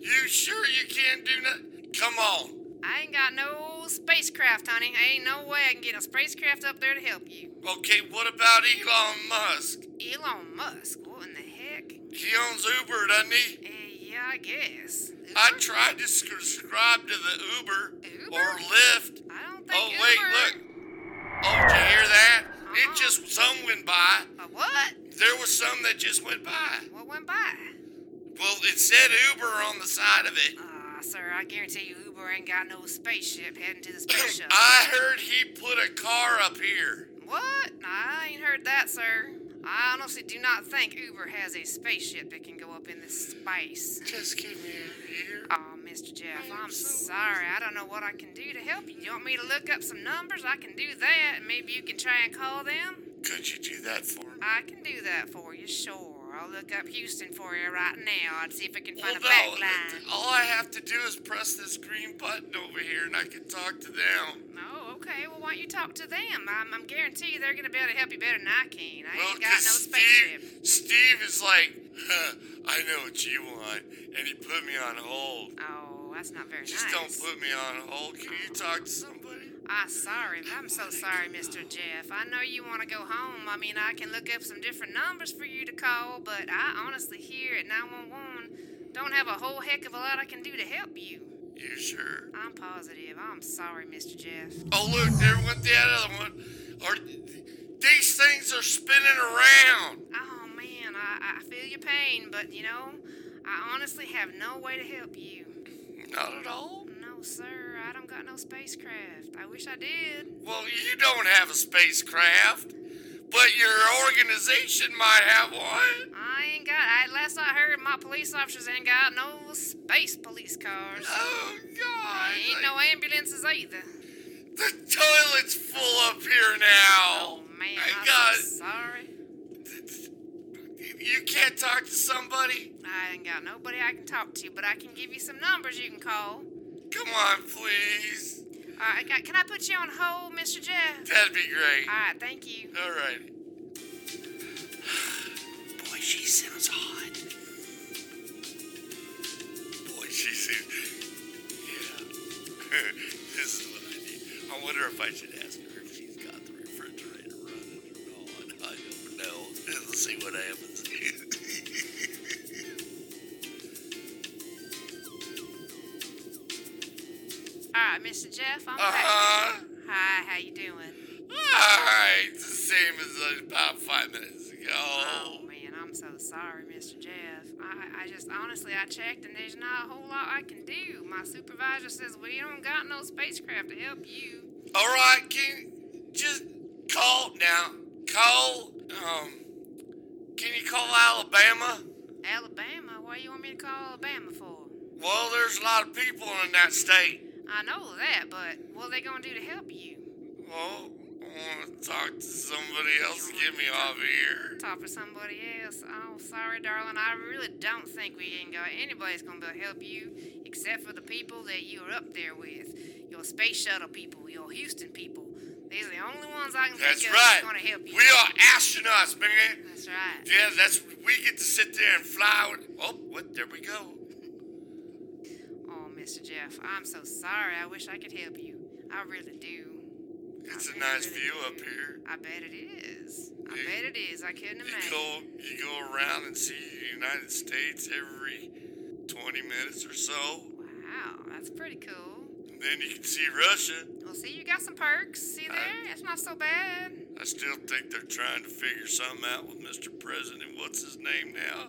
E: You sure you can't do nothing? Come on.
F: I ain't got no spacecraft, honey. I ain't no way I can get a spacecraft up there to help you.
E: Okay, what about Elon Musk?
F: Elon Musk, what in the heck?
E: He owns Uber, doesn't he?
F: Eh, yeah, I guess.
E: I
F: Uber?
E: tried to subscribe to the Uber,
F: Uber?
E: or Lyft.
F: I don't think
E: Oh
F: Uber.
E: wait, look. Oh, did you hear that?
F: Uh-uh.
E: It just some went by.
F: A what?
E: There was some that just went by.
F: What went by?
E: Well, it said Uber on the side of it.
F: Ah, sir, I guarantee you Uber ain't got no spaceship heading to the space shuttle.
E: I heard he put a car up here.
F: What? I ain't heard that, sir. I honestly do not think Uber has a spaceship that can go up in this space.
E: Just give me a year.
F: Oh, Mr. Jeff, I'm sorry. I don't know what I can do to help you. You want me to look up some numbers? I can do that, and maybe you can try and call them.
E: Could you do that for me?
F: I can do that for you, sure. I'll look up Houston for you right now and see if I can
E: Well,
F: find a
E: no.
F: back line.
E: All I have to do is press this green button over here, and I can talk to them.
F: Oh, okay. Well, why don't you talk to them? I'm, I'm guarantee they're going to be able to help you better than I can. I
E: Well,
F: ain't got
E: 'cause
F: no spaceship.
E: Steve, Steve is like, huh, I know what you want, and he put me on hold.
F: Oh, that's not very
E: Just
F: nice.
E: don't put me on hold. Can you talk to somebody?
F: Ah, sorry. I'm so sorry, Mr. Jeff. I know you want to go home. I mean, I can look up some different numbers for you to call, but I honestly here at 911 don't have a whole heck of a lot I can do to help you.
E: You sure?
F: I'm positive. I'm sorry, Mr. Jeff.
E: Oh look, there went that other one. Are these things are spinning around?
F: Oh, man, I, I feel your pain, but you know, I honestly have no way to help you.
E: Not at all.
F: No, sir, I don't got no spacecraft. I wish I did.
E: Well, you don't have a spacecraft, but your organization might have one.
F: I ain't got. I, last I heard, my police officers ain't got no space police cars.
E: Oh God!
F: Ain't no ambulances either.
E: the toilet's full up here now.
F: Oh man,
E: I
F: I'm
E: got.
F: so sorry.
E: You can't talk to somebody.
F: I ain't got nobody I can talk to, but I can give you some numbers you can call.
E: Come on, please.
F: All right, ca- can I put you on hold, Mr. Jeff?
E: That'd be great.
F: All right, thank you.
E: All right.
H: Boy, she sounds hot.
E: Boy, she said, yeah, this is what I need. I wonder if I should ask her if she's got the refrigerator running or not. I don't know. Let's see what happens.
F: All right, Mr. Jeff, I'm back.
E: uh-huh.
F: Hi, how you doing?
E: All right. It's the same as uh, about five minutes ago.
F: Oh man, I'm so sorry, Mr. Jeff. I, I just honestly I checked and there's not a whole lot I can do. My supervisor says we don't got no spacecraft to help you.
E: All right, can just call now. Call. Um, can you call Alabama?
F: Alabama, why you want me to call Alabama for?
E: Well, there's a lot of people in that state.
F: I know that, but what are they gonna do to help you?
E: Well, I want to talk to somebody else. Get me off of here.
F: Talk for somebody else. Oh, sorry, darling. I really don't think we ain't got anybody's gonna be able to help you except for the people that you're up there with. Your space shuttle people, your Houston people. These are the only ones I can
E: That's
F: think of
E: right.
F: that's gonna help you.
E: We are astronauts, man.
F: That's right.
E: Yeah, that's we get to sit there and fly. With, oh, what? There we go.
F: Oh, Mr. Jeff, I'm so sorry. I wish I could help you. I really do. I
E: It's a
F: really,
E: nice
F: really
E: view
F: do.
E: up here.
F: I bet it is. I
E: You-
F: bet it is. I couldn't
E: You
F: imagine.
E: go, you go around and see the United States every 20 minutes or so.
F: Wow, that's pretty cool.
E: And then you can see Russia.
F: Well, see, you got some perks. See there? It's not so bad.
E: I still think they're trying to figure something out with Mr. President. What's his name now?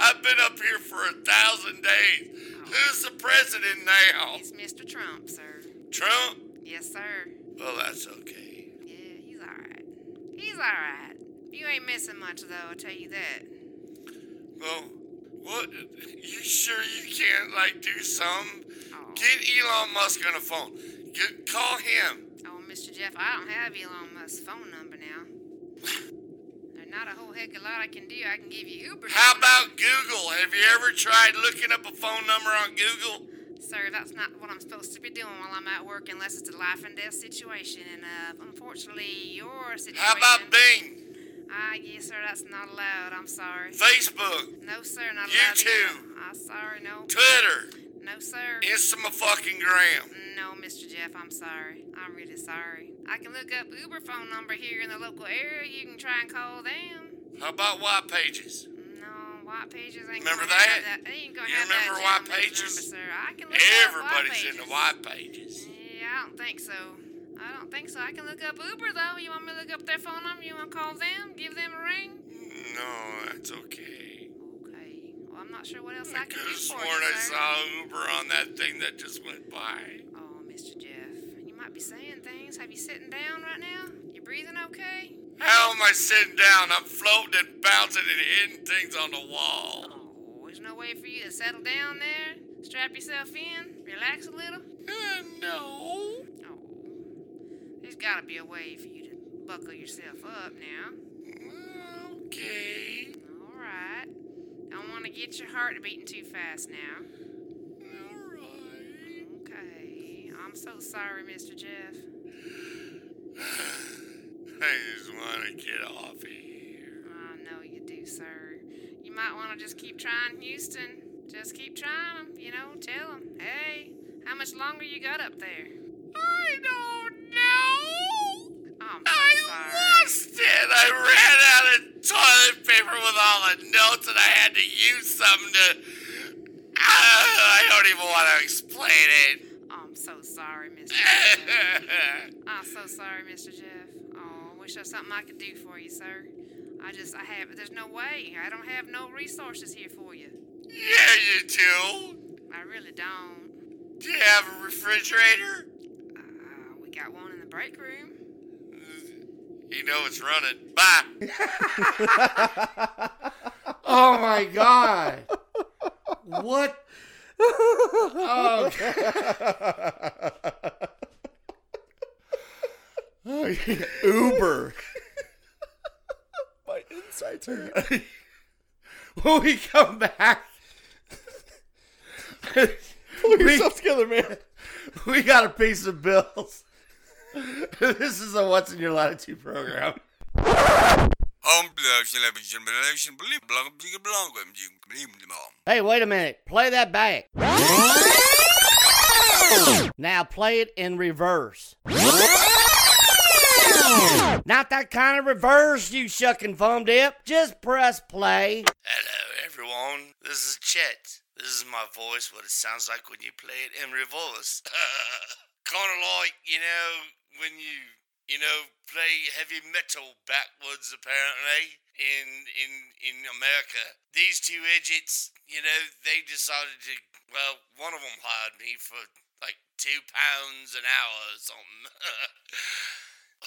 E: I've been up here for a thousand days. Who's the president now?
F: It's Mr. Trump, sir.
E: Trump?
F: Yes, sir.
B: Well, that's okay.
F: Yeah, he's all right. He's all right. You ain't missing much, though, I'll tell you that.
B: Well, what? You sure you can't like do something? Get Elon Musk on the phone. Get call him.
F: Oh, Mr. Jeff, I don't have Elon Musk's phone number now. There's not a whole heck of a lot I can do. I can give you Uber.
B: How
F: numbers.
B: about Google? Have you ever tried looking up a phone number on Google?
F: Sir, that's not what I'm supposed to be doing while I'm at work unless it's a life and death situation. And, uh, unfortunately, your situation.
B: How about Bing,
F: Ah, yes, sir, that's not allowed. I'm sorry.
B: Facebook,
F: No, sir, not allowed.
B: YouTube.
F: either. I'm sorry, no.
B: Twitter,
F: No, sir.
B: Instagram, fucking gram?
F: No, Mr. Jeff, I'm sorry. I'm really sorry. I can look up Uber phone number here in the local area. You can try and call them.
B: How about Y pages?
F: No, White Pages ain't
B: Remember
F: gonna have
B: that?
F: that. They ain't gonna
B: You
F: have
B: remember
F: that
B: White
F: gentleman's
B: Pages?
F: Number, sir. I can look up White
B: Everybody's
F: Pages.
B: in the Y pages.
F: Yeah, I don't think so. I don't think so. I can look up Uber though. You want me to look up their phone number? You want to call them? Give them a ring?
B: No, that's okay.
F: Okay. Well, I'm not sure what else I
B: I
F: can
B: could
F: do
B: have
F: for
B: sworn
F: you,
B: I
F: sir.
B: saw Uber on that thing that just went by.
F: Oh, Mr. Jeff, you might be saying things. Have you sitting down right now? You breathing okay?
B: How am I sitting down? I'm floating and bouncing and hitting things on the wall.
F: Oh, there's no way for you to settle down there. Strap yourself in. Relax a little.
B: Uh, no.
F: Oh, there's got to be a way for you to buckle yourself up now.
B: Okay.
F: All right. Don't want to get your heart beating too fast now.
B: All right.
F: Okay. I'm so sorry, Mr. Jeff.
B: I just want to get off of here.
F: I know you do, sir. You might want to just keep trying Houston. Just keep trying 'em, you know. Tell 'em, hey, how much longer you got up there?
B: I don't know.
F: Oh, I'm so
B: I
F: sorry.
B: lost it. I ran out of toilet paper with all the notes, and I had to use some to. Ah, I don't even want to explain it.
F: I'm so sorry, Mr. Jeff. I'm so sorry, Mr. Jeff. Oh, I wish there's something I could do for you, sir. I just, I have, there's no way. I don't have no resources here for you.
B: yeah, you do.
F: I really don't.
B: Do you have a refrigerator?
F: Uh, we got one in the break room.
B: You know it's running. Bye.
E: Oh my god. What? Oh,
B: Uber.
E: my insides hurt.
B: when we come back,
A: Pull yourself together, man.
B: we got a piece of bills. this is a What's in Your Latitude program.
E: Hey, wait a minute. Play that back. Now play it in reverse. Not that kind of reverse, you shucking bum dip. Just press play.
B: Hello, everyone. This is Chet. This is my voice, what it sounds like when you play it in reverse. kind of like, you know, when you, you know, play heavy metal backwards, apparently, in, in, in America. These two idiots, you know, they decided to, well, one of them hired me for like two pounds an hour or something.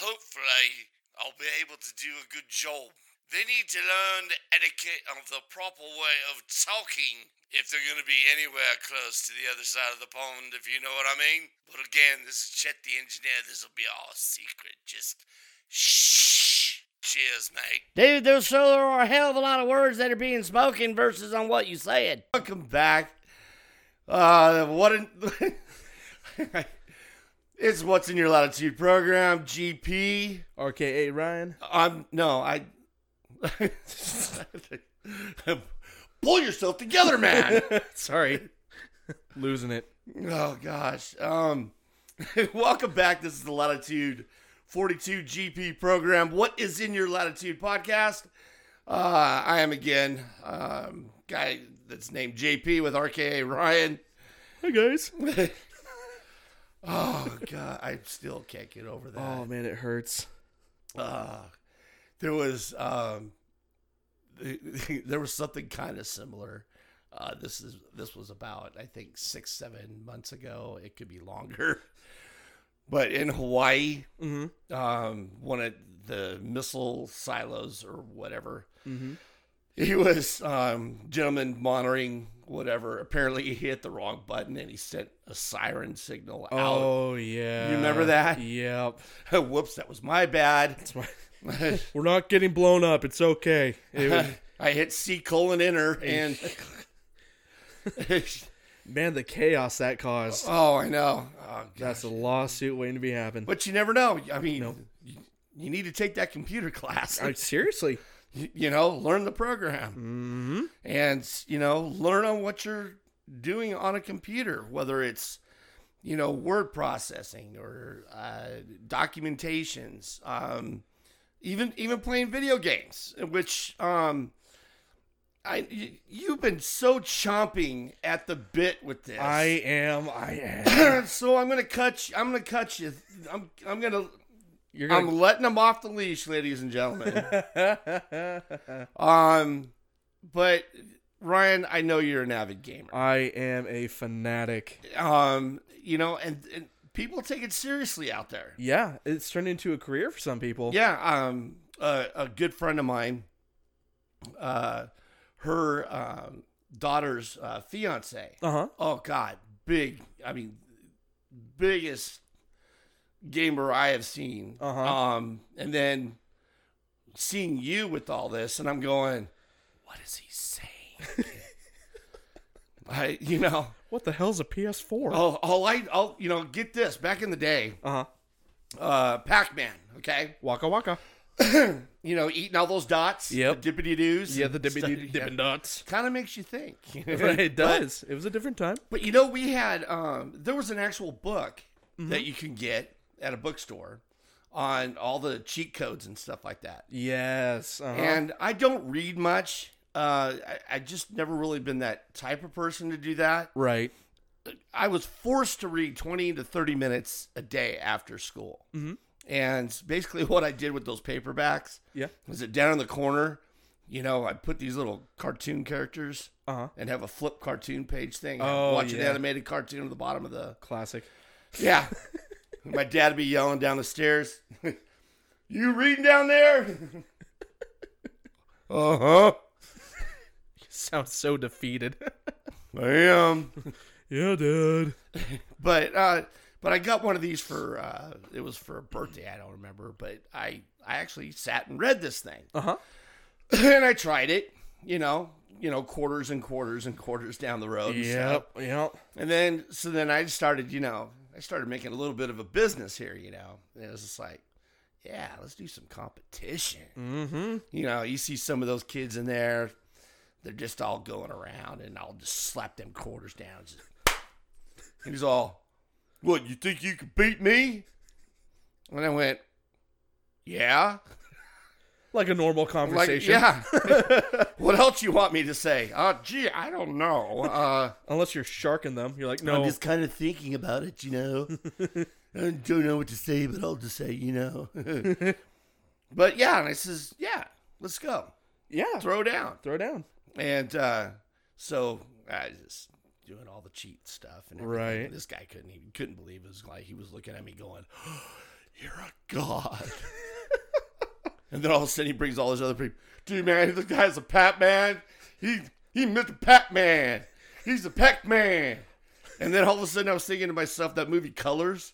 B: Hopefully, I'll be able to do a good job. They need to learn the etiquette of the proper way of talking if they're going to be anywhere close to the other side of the pond, if you know what I mean. But again, this is Chet the Engineer. This will be our secret. Just shh. Cheers, mate.
E: Dude, there's so there are a hell of a lot of words that are being spoken versus on what you said.
B: Welcome back. Uh, what in, it's what's in your latitude program, GP.
A: RKA Ryan.
B: I'm no, I. Pull yourself together, man.
A: Sorry. Losing it.
B: oh gosh. Um, welcome back. This is the Latitude 42 GP program. What is in your Latitude podcast? Uh, I am again um, guy that's named JP with RKA Ryan.
A: Hi, guys.
B: Oh god, I still can't get over that.
A: Oh, man, it hurts.
B: uh, there was um, there was something kind of similar. Uh, this is this was about I think six seven months ago. It could be longer. But in Hawaii, um, one of the missile silos or whatever, he was um, gentleman monitoring whatever. Apparently, he hit the wrong button and he sent a siren signal out.
A: Oh yeah.
B: You remember that?
A: Yep.
B: Whoops, that was my bad.
A: We're not getting blown up. It's okay. It was-
B: I hit C colon enter and
A: man, the chaos that caused.
B: oh, I know. Oh, God.
A: That's a lawsuit waiting to be happened.
B: But you never know. I mean, you, you need to take that computer class.
A: I, seriously,
B: you, you know, learn the program,
A: Mm-hmm.
B: and you know, learn on what you're doing on a computer, whether it's you know word processing or uh, documentations, um, even even playing video games, which um, I y- you've been so chomping at the bit with this.
A: I am. I am.
B: so I'm gonna cut. You, I'm gonna cut you. I'm I'm gonna.
A: You're gonna.
B: I'm letting them off the leash, ladies and gentlemen. um, but Ryan, I know you're an avid gamer.
A: I am a fanatic.
B: Um, you know, and, and people take it seriously out there.
A: Yeah, it's turned into a career for some people.
B: Yeah. Um, a, a good friend of mine, uh, her um, daughter's uh, fiance.
A: Uh huh.
B: Oh God, big. I mean, biggest gamer I have seen.
A: Uh-huh.
B: Um, and then seeing you with all this, and I'm going, what is he saying? I, you know,
A: What the hell's a PS4?
B: all, all I, all you know, get this. Back in the day,
A: Uh huh.
B: uh, Pac-Man. Okay,
A: Waka waka.
B: you know, eating all those dots.
A: Yep.
B: The dippity doos.
A: Yeah, the dippity dipping dots.
B: Kind of makes you think.
A: it does. it was a different time.
B: But you know, we had um, there was an actual book
A: Mm-hmm.
B: that you can get at a bookstore on all the cheat codes and stuff like that.
A: Yes. Uh-huh.
B: And I don't read much. Uh, I, I just never really been that type of person to do that.
A: right.
B: I was forced to read twenty to thirty minutes a day after school.
A: Mm-hmm.
B: And basically, what I did with those paperbacks
A: Yeah.
B: was it down in the corner. You know, I put these little cartoon characters
A: Uh huh.
B: and have a flip cartoon page thing.
A: Oh,
B: watch an
A: yeah.
B: animated cartoon at the bottom of the
A: Classic.
B: yeah. My dad would be yelling down the stairs. you reading down there? uh huh.
A: Uh-huh. Sounds so defeated.
B: I am.
A: yeah, dude.
B: But uh, but I got one of these for uh, it was for a birthday. I don't remember, but I I actually sat and read this thing.
A: Uh huh.
B: and I tried it. You know, you know, quarters and quarters and quarters down the road. and stuff.
A: Yep. Yep.
B: And then, so then I started, you know, I started making a little bit of a business here, you know. And it was just like, yeah, let's do some competition. Mm-hmm. You know, you see some of those kids in there, they're just all going around, and I'll just slap them quarters down. Just, he was all, what, you think you could beat me? And I went, yeah.
A: Like a normal
B: I'm like,
A: conversation.
B: yeah. what else you want me to say? Uh, gee, I don't know. Uh,
A: Unless you're sharking them, you're like, no.
B: I'm just kind of thinking about it, you know. I don't know what to say, but I'll just say, you know. but yeah, and I says, yeah, let's go.
A: yeah. Throw,
B: Throw down.
A: throw down.
B: And uh, so I just doing all the cheat stuff and everything.
A: Right.
B: This guy couldn't even couldn't believe it. it was like he was looking at me going, You're a god. and then all of a sudden he brings all his other people. Dude, man, this guy's a Pac Man. He he Mr. Pac Man. He's a Pac Man. And then all of a sudden I was thinking to myself that movie Colors.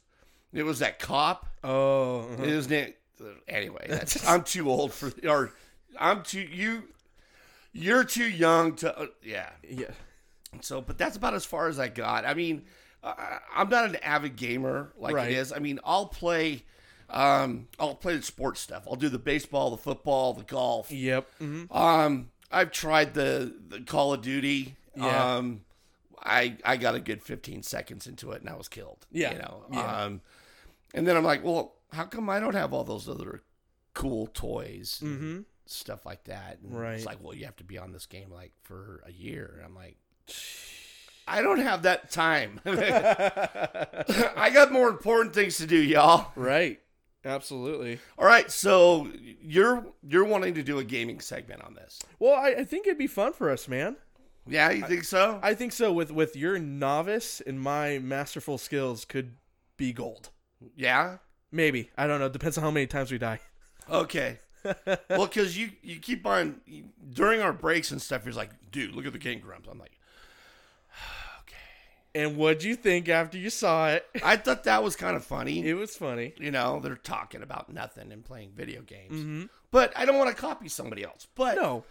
B: It was that cop.
A: Oh. uh-huh.
B: It was na- anyway. That's, I'm too old for or I'm too you. You're too young to uh, yeah.
A: Yeah.
B: So, but that's about as far as I got. I mean, uh, I'm not an avid gamer like
A: Right.
B: it is. I mean, I'll play. Um, I'll play the sports stuff. I'll do the baseball, the football, the golf.
A: Yep. hmm
B: Um, I've tried the, the Call of Duty.
A: Yeah.
B: Um, I I got a good 15 seconds into it and I was killed.
A: Yeah.
B: You know.
A: Yeah.
B: Um, and then I'm like, well, how come I don't have all those other cool toys and
A: Mhm.
B: stuff like that? And
A: Right.
B: It's like, well, you have to be on this game like for a year. And I'm like. I don't have that time. I got more important things to do, y'all.
A: Mm-hmm. Right. Absolutely.
B: All right, so you're you're wanting to do a gaming segment on this.
A: Well, I, I think it'd be fun for us, man.
B: Yeah, you think so?
A: I think so. With with your novice and my masterful skills could be gold.
B: Yeah.
A: Maybe I don't know. Depends on how many times we die.
B: Okay. well, because you you keep on during our breaks and stuff. You're like, dude, look at the King Grumps. I'm like,
A: And what'd you think after you saw it?
B: I thought that was kind of funny.
A: It was funny.
B: you know, they're talking about nothing and playing video games.
A: Mm-hmm.
B: But I don't want to copy somebody else. But
A: No,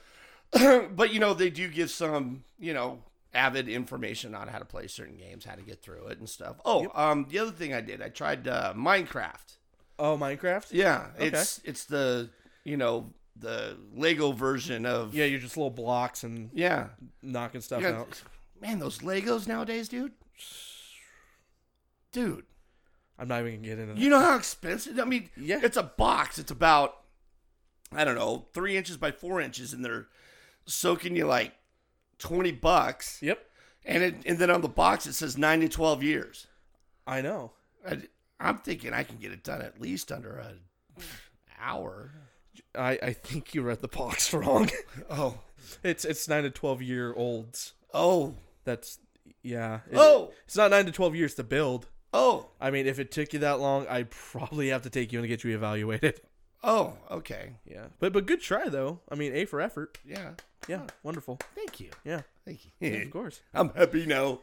B: but you know, they do give some you know avid information on how to play certain games, how to get through it and stuff. Oh, um, the other thing I did, I tried uh, Minecraft.
A: oh Minecraft.
B: Yeah, it's it's the you know the Lego version of
A: yeah. You're just little blocks and
B: yeah.
A: knocking stuff
B: Yeah,
A: out.
B: Man, those Legos nowadays, dude. Dude,
A: I'm not even gonna get into that.
B: you know how expensive? I mean,
A: Yeah.
B: it's a box. It's about I don't know, three inches by four inches, and they're soaking you like twenty bucks.
A: Yep,
B: And it, and then on the box it says nine to twelve years.
A: I know.
B: I, I'm thinking I can get it done at least under an hour.
A: I I think you read the box wrong.
B: Oh,
A: it's it's nine to twelve year olds.
B: oh,
A: That's yeah. It-
B: Oh!
A: it's not nine to twelve years to build.
B: oh,
A: I mean, if it took you that long, I'd probably have to take you and get you evaluated.
B: oh. Okay,
A: Yeah, but but good try though. I mean, A for effort.
B: yeah.
A: Yeah, wonderful.
B: Thank you,
A: Yeah,
B: thank
A: of
B: you.
A: course.
B: I'm happy now.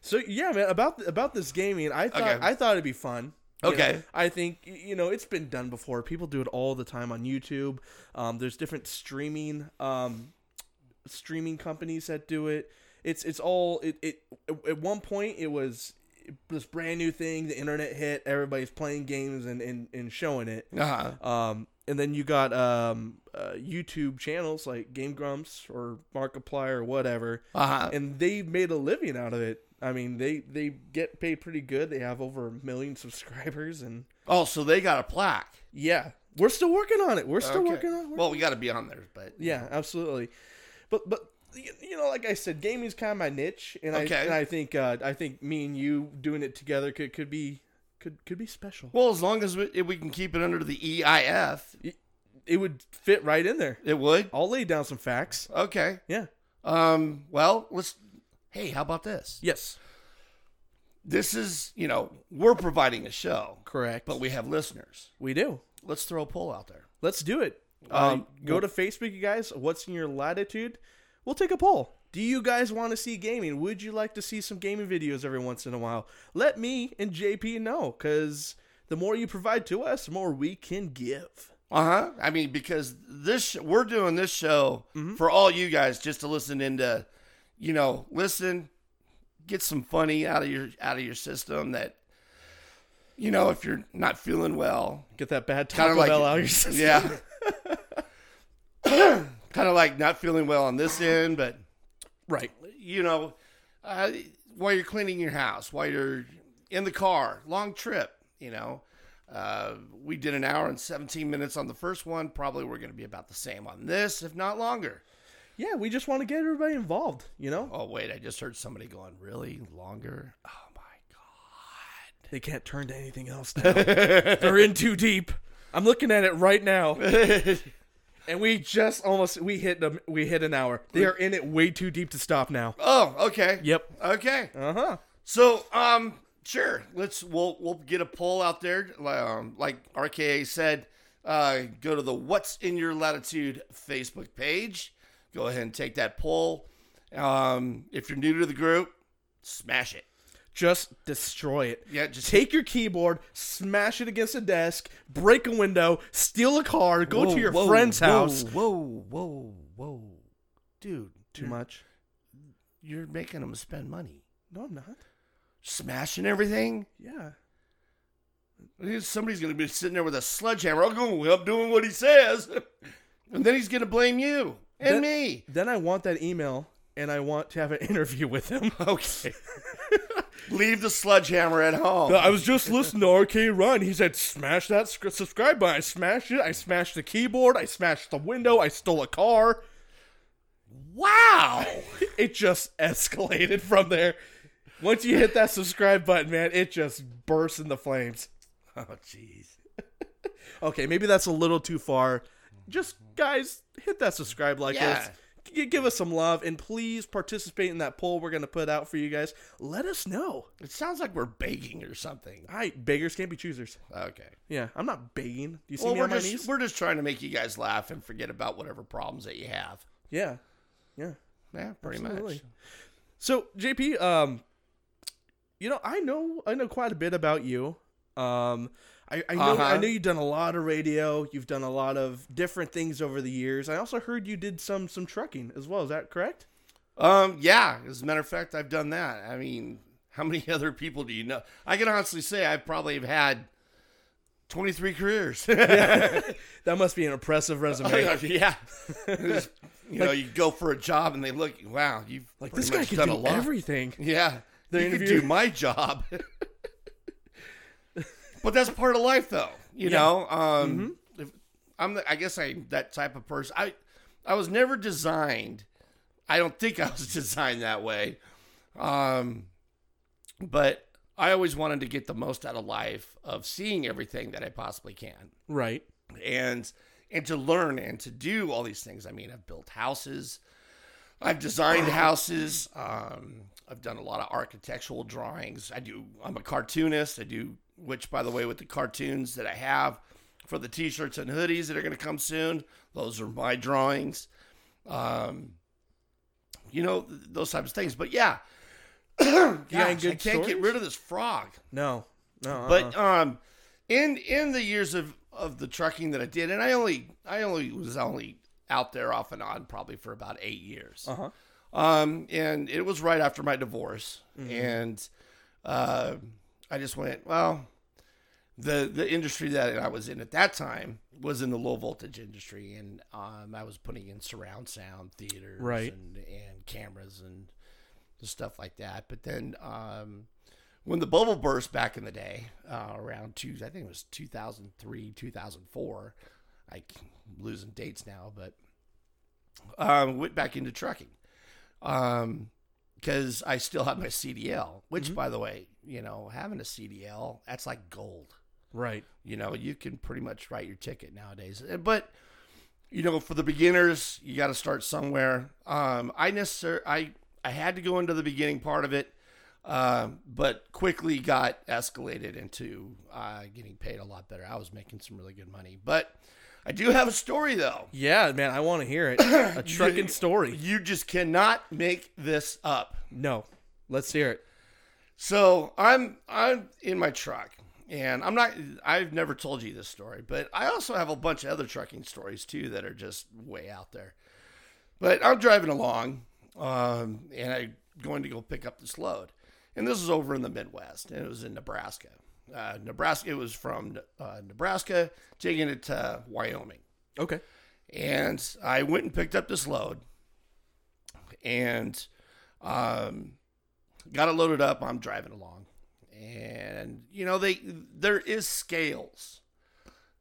A: So yeah, man, about about this gaming, I thought
B: Okay.
A: I thought it'd be fun. You
B: Okay.
A: know, I think y- you know it's been done before. People do it all the time on YouTube. Um, there's different streaming um, streaming companies that do it. It's it's all it, it at one point it was this brand new thing. The internet hit. Everybody's playing games and and, and showing it.
B: Uh-huh.
A: Um, and then you got um, uh, YouTube channels like Game Grumps or Markiplier or whatever,
B: Uh-huh.
A: and they made a living out of it. I mean, they they get paid pretty good. They have over a million subscribers, and
B: Oh, so they got a plaque.
A: yeah, we're still working on it. We're still
B: Okay.
A: working on it. We're-
B: Well, we got to be on there, but
A: yeah, absolutely. But but y- you know, like I said, gaming's kind of my niche, and I
B: Okay.
A: and I think uh, I think me and you doing it together could could be could could be special.
B: Well, as long as we, if we can keep it under the EIF,
A: It would fit right in there.
B: it would.
A: I'll lay down some facts.
B: Okay.
A: Yeah.
B: Um. Well, let's. Hey, how about this?
A: Yes.
B: This is you know we're providing a show,
A: Correct.
B: but we have listeners.
A: We do.
B: Let's throw a poll out there.
A: Let's do it.
B: Um,
A: Um, go to Facebook, you guys. What's in your latitude? We'll take a poll. Do you guys want to see gaming? Would you like to see some gaming videos every once in a while? Let me and JP know, because the more you provide to us, the more we can give.
B: Uh huh. I mean, because this we're doing this show
A: Mm-hmm.
B: for all you guys just to listen into, you know, listen, get some funny out of your out of your system that. You know, if you're not feeling well,
A: Get that bad
B: Kinda
A: Taco
B: like-
A: Bell out of your system.
B: Yeah. kind of like not feeling well on this end, but
A: Right.
B: you know, uh, while you're cleaning your house, while you're in the car, long trip, you know. Uh, we did an hour and 17 minutes on the first one. Probably we're going to be about the same on this, if not longer.
A: Yeah, we just want to get everybody involved, you know?
B: Oh, wait, I just heard somebody going, really? Longer? Oh, my God.
A: They can't turn to anything else now. They're in too deep. I'm looking at it right now. And we just almost we hit them we hit an hour. They are in it way too deep to stop now.
B: Oh, okay.
A: Yep.
B: Okay.
A: Uh huh.
B: So, um, sure. Let's we'll we'll get a poll out there. Um, like RKA said, uh, go to the "What's in Your Latitude" Facebook page. Go ahead and take that poll. Um, if you're new to the group, smash it.
A: Just destroy it.
B: Yeah, just-
A: take your keyboard, smash it against a desk, break a window, steal a car, go to your friend's house.
B: Whoa, whoa, whoa, dude!
A: Too much.
B: You're making them spend money,
A: No, I'm not.
B: smashing everything.
A: Yeah.
B: Somebody's gonna be sitting there with a sledgehammer. I'm going. I'm doing what he says, and then he's gonna blame you and
A: That-
B: me.
A: Then I want that email and I want to have an interview with him.
B: Okay. Leave the sledgehammer at home.
A: I was just listening to RK Run. He said, "Smash that sc- subscribe button." I smashed it. I smashed the keyboard. I smashed the window. I stole a car.
B: wow.
A: It just escalated from there. Once you hit that subscribe button, man, it just bursts into flames.
B: Oh, jeez.
A: Okay, maybe that's a little too far. Just guys, hit that subscribe like
B: Yeah.
A: us. g- give us some love and please participate in that poll we're going to put out for you guys. Let us know.
B: It sounds like we're begging or something.
A: I beggars can't be choosers.
B: Okay.
A: Yeah, I'm not begging. Do you see
B: Well,
A: me
B: we're
A: on my knees?
B: just we're just trying to make you guys laugh and forget about whatever problems that you have.
A: Yeah, yeah.
B: Yeah, pretty
A: Absolutely.
B: much.
A: So JP, um, you know, I know I know quite a bit about you. Um, I, I know I
B: Uh-huh.
A: know you've done a lot of radio. You've done a lot of different things over the years. I also heard you did some some trucking as well. Is that correct?
B: Um, yeah. As a matter of fact, I've done that. I mean, how many other people do you know? I can honestly say I probably have had twenty three careers.
A: That must be an impressive resume.
B: Oh, yeah. Just, you know, you go for a job and they look. Wow, you've
A: like
B: pretty
A: this guy
B: much
A: can
B: done a
A: do
B: lot.
A: everything.
B: Yeah,
A: The
B: you could
A: interview-
B: do my job. but that's part of life, though. You
A: Yeah. Mm-hmm.
B: know, um, if, I'm. The, I guess I'm that type of person. I, I was never designed. I don't think I was designed that way. Um, but I always wanted to get the most out of life of seeing everything that I possibly can
A: Right.
B: and and to learn and to do all these things. I mean, I've built houses, I've designed houses, um, I've done a lot of architectural drawings. I do. I'm a cartoonist. I do, which by the way, with the cartoons that I have for the t-shirts and hoodies that are going to come soon, those are my drawings. Um, you know th- those types of things. But yeah,
A: got any
B: Gosh, I
A: good
B: can't get
A: stories?
B: rid of this frog
A: No. No. uh-uh.
B: but um in in the years of of the trucking that I did and I only I only was only out there off and on probably for about 8 years.
A: Uh-huh.
B: Um and it was right after my divorce and uh I just went, well, the the industry that I was in at that time was in the low voltage industry and um I was putting in surround sound theaters
A: Right.
B: and and cameras and stuff like that. But then um when the bubble burst back in the day, uh, around two, I think it was 2003, 2004. I keep losing dates now, but um, went back into trucking um, because I still had my CDL. Which, by the way, you know, having a CDL that's like gold.
A: right.
B: You know, you can pretty much write your ticket nowadays. Eh, But you know, for the beginners, you got to start somewhere. Um, I necessar I I had to go into the beginning part of it, um, but quickly got escalated into uh, getting paid a lot better. I was making some really good money, but I do have a story though.
A: Yeah, man, I want to hear it. A trucking story.
B: You just cannot make this up.
A: No. Let's hear it.
B: So I'm I'm in my truck, and I'm not. I've never told you this story, but I also have a bunch of other trucking stories too that are just way out there. But I'm driving along, um, and I'm going to go pick up this load, and this is over in the Midwest, and it was in Nebraska. Uh, Nebraska. It was from uh, Nebraska, taking it to Wyoming
A: Okay.
B: and I went and picked up this load, and um, got it loaded up. I'm driving along, and you know they there is scales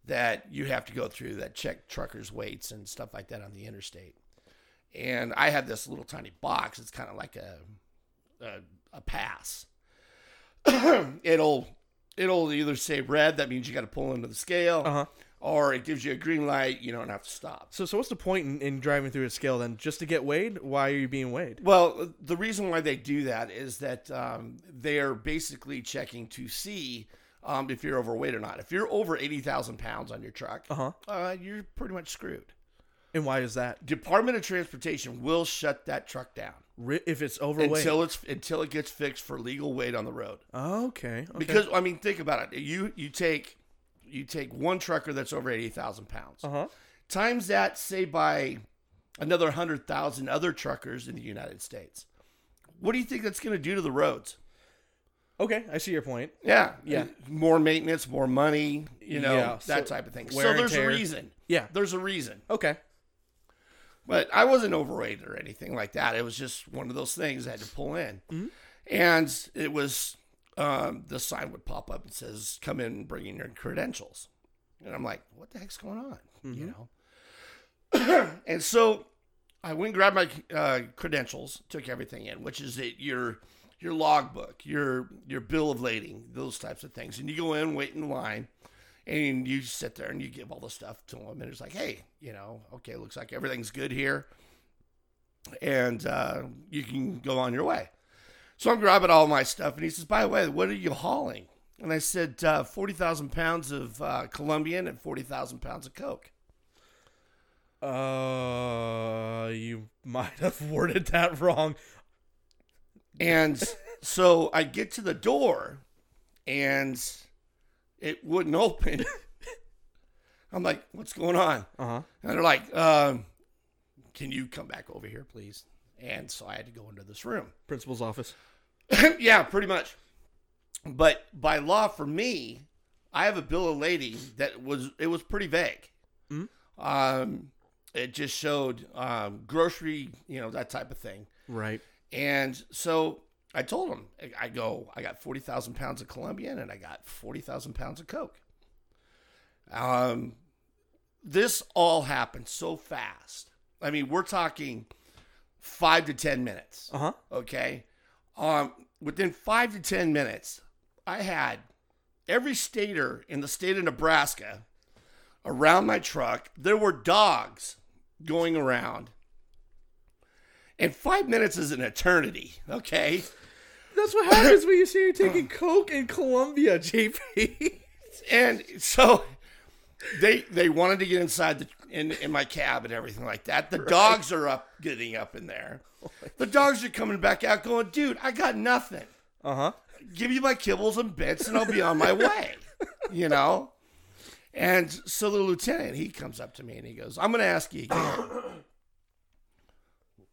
B: that you have to go through that check truckers' weights and stuff like that on the interstate. And I had this little tiny box. It's kind of like a a, a pass. it'll it'll either say red, that means you got to pull into the scale,
A: Uh-huh.
B: or it gives you a green light. You don't have to stop.
A: So, so what's the point in, in driving through a scale then? Just to get weighed? Why are you being weighed?
B: Well, the reason why they do that is that um, they are basically checking to see um, if you're overweight or not. If you're over eighty thousand pounds on your truck,
A: Uh-huh.
B: uh, you're pretty much screwed.
A: And why is that?
B: Department of Transportation will shut that truck down
A: Ri- If it's overweight.
B: until it's until it gets fixed for legal weight on the road.
A: okay, okay.
B: Because I mean, think about it. You you take you take one trucker that's over eighty thousand pounds,
A: uh-huh.
B: times that say by another hundred thousand other truckers in the United States. What do you think that's going to do to the roads?
A: Okay, I see your point.
B: Yeah,
A: Yeah.
B: More maintenance, more money, you know,
A: Yeah,
B: that
A: so
B: type of thing. So
A: wear and
B: there's a
A: tear.
B: reason.
A: Yeah.
B: There's a reason.
A: Okay.
B: But I wasn't overweight or anything like that. It was just one of those things I had to pull in. And it was um, the sign would pop up and says, "Come in, and bring in your credentials." And I'm like, "What the heck's going on?" You know. and so I went and grabbed my uh, credentials, took everything in, which is it your your logbook, your your bill of lading, those types of things. And you go in, wait in line, and you sit there and you give all the stuff to them, and it's like, hey, you know, okay, looks like everything's good here. and uh, you can go on your way. So I'm grabbing all my stuff, and he says, "By the way, what are you hauling?" And I said, uh, 40,000 pounds of uh, Colombian and 40,000 pounds of Coke.
A: Uh, you might have worded that wrong.
B: And so I get to the door and it wouldn't open. I'm like, what's going on?
A: Uh-huh.
B: And they're like, um, can you come back over here, please? And so I had to go into this room.
A: Principal's office.
B: yeah, pretty much. But by law, for me, I have a bill of lading that was it was pretty vague. Um, it just showed um, grocery, you know, that type of thing.
A: Right.
B: And so I told him, I go, I got 40,000 pounds of Colombian and I got 40,000 pounds of Coke. Um, this all happened so fast. I mean, we're talking five to 10 minutes.
A: Uh huh.
B: Okay. Um, within five to 10 minutes, I had every stater in the state of Nebraska around my truck. There were dogs going around. And five minutes is an eternity. Okay.
A: That's what happens when you say you're taking coke in Colombia, JP.
B: and so they they wanted to get inside the in, in my cab and everything like that. The dogs are up getting up in there. The dogs are coming back out going, dude, I got nothing.
A: Uh
B: Uh-huh.
A: huh.
B: give you my kibbles and bits and I'll be on my way. You know? And so the lieutenant, he comes up to me and he goes, I'm gonna ask you again.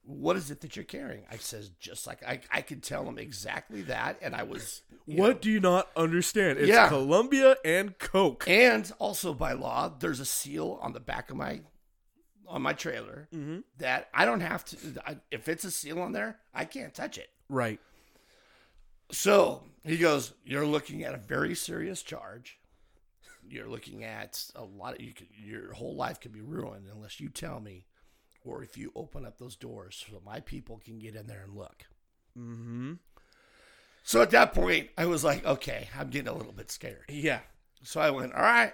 B: What is it that you're carrying? I says, just like I, I could tell him exactly that, and I was you know.
A: What do you not understand? It's
B: Yeah.
A: Colombia and coke.
B: And also by law, there's a seal on the back of my on my trailer that I don't have to. I, if it's a seal on there, I can't touch it.
A: right.
B: So he goes, "You're looking at a very serious charge. You're looking at a lot. Of, you could, your whole life could be ruined unless you tell me, or if you open up those doors so my people can get in there and look."
A: Mm-hmm.
B: So at that point, I was like, "Okay, I'm getting a little bit scared."
A: Yeah.
B: So I went, "All right."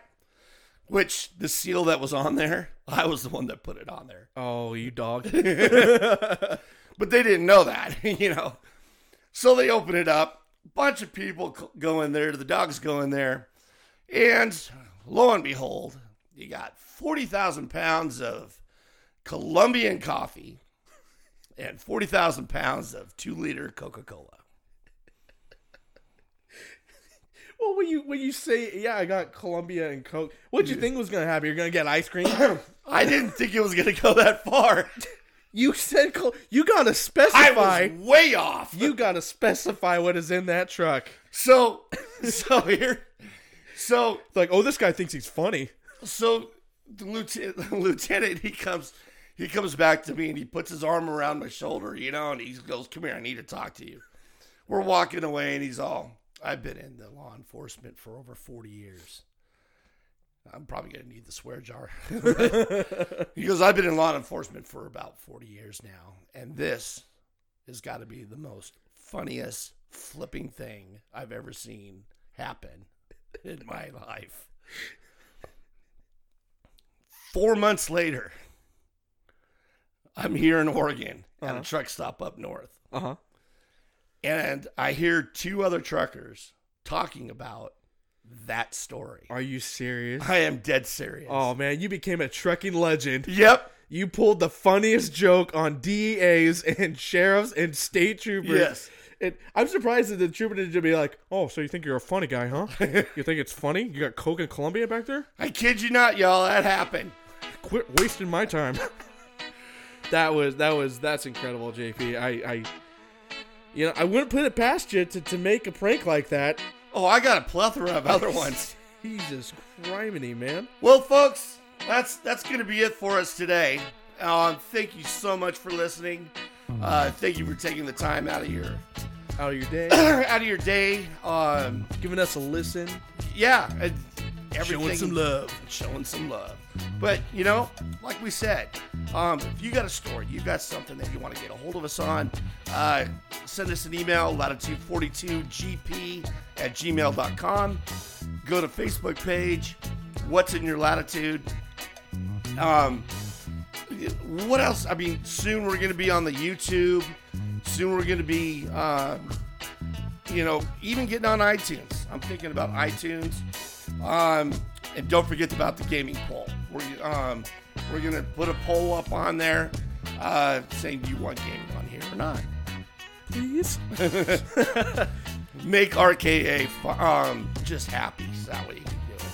B: Which the seal that was on there, I was the one that put it on there.
A: Oh, you dog.
B: but they didn't know that, you know. So they open it up. Bunch of people c- go in there. The dogs go in there, and lo and behold, you got forty thousand pounds of Colombian coffee and forty thousand pounds of two-liter Coca-Cola.
A: Well, when you when you say yeah, I got Columbia and Coke. What'd you think was gonna happen? You're gonna get ice cream.
B: I didn't think it was going to go that far.
A: you said Col- you gotta
B: I
A: specify.
B: was way off.
A: You gotta specify what is in that truck.
B: So, so here, so
A: It's like, oh, this guy thinks he's funny.
B: so the lieutenant, lieutenant he comes he comes back to me and he puts his arm around my shoulder you know and he goes come here i need to talk to you we're walking away and he's all i've been in the law enforcement for over 40 years i'm probably going to need the swear jar he goes i've been in law enforcement for about 40 years now and this has got to be the most funniest flipping thing i've ever seen happen in my life four months later, I'm here in Oregon at a truck stop up north,
A: Uh huh.
B: and I hear two other truckers talking about that story.
A: Are you serious?
B: I am dead serious.
A: Oh man, you became a trekking legend.
B: Yep.
A: You pulled the funniest joke on DEAs and sheriffs and state troopers.
B: Yes.
A: And I'm surprised that the trooper didn't be like, "Oh, so you think you're a funny guy, huh? you think it's funny? You got Coke and Columbia back there?
B: I kid you not, y'all. That happened.
A: Quit wasting my time." that was that was that's incredible, JP. I I you know I wouldn't put it past you to to make a prank like that.
B: Oh, I got a plethora of other ones.
A: Jesus criminy, man.
B: Well, folks, that's that's going to be it for us today. Um, thank you so much for listening. Uh, thank you for taking the time out of your
A: Out of your day.
B: out of your day. Um,
A: giving us a listen.
B: yeah, and everything.
A: love.
B: showing some love. But you know, like we said, um, if you got a story, you got something that you want to get a hold of us on, uh, send us an email, latitude42gp at gmail.com. Go to Facebook page, What's in Your Latitude? Um, what else? I mean, soon we're going to be on the YouTube. Soon we're going to be, uh, you know, even getting on iTunes. I'm thinking about iTunes. Um, and don't forget about the gaming poll. We're, um, we're going to put a poll up on there uh, saying, do you want gaming on here or not?
A: Please.
B: Make RKA fu- um, just happy. So that way you can do it.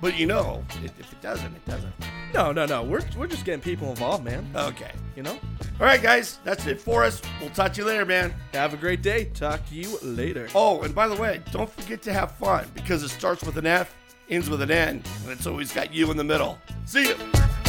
B: But you know, if if it doesn't, it doesn't.
A: No, no, no. We're, we're just getting people involved, man.
B: Okay.
A: You know?
B: All right, guys, that's it for us. We'll talk to you later, man.
A: Have a great day. Talk to you later.
B: Oh, and by the way, don't forget to have fun because it starts with an F, ends with an N, and it's always got you in the middle. See you.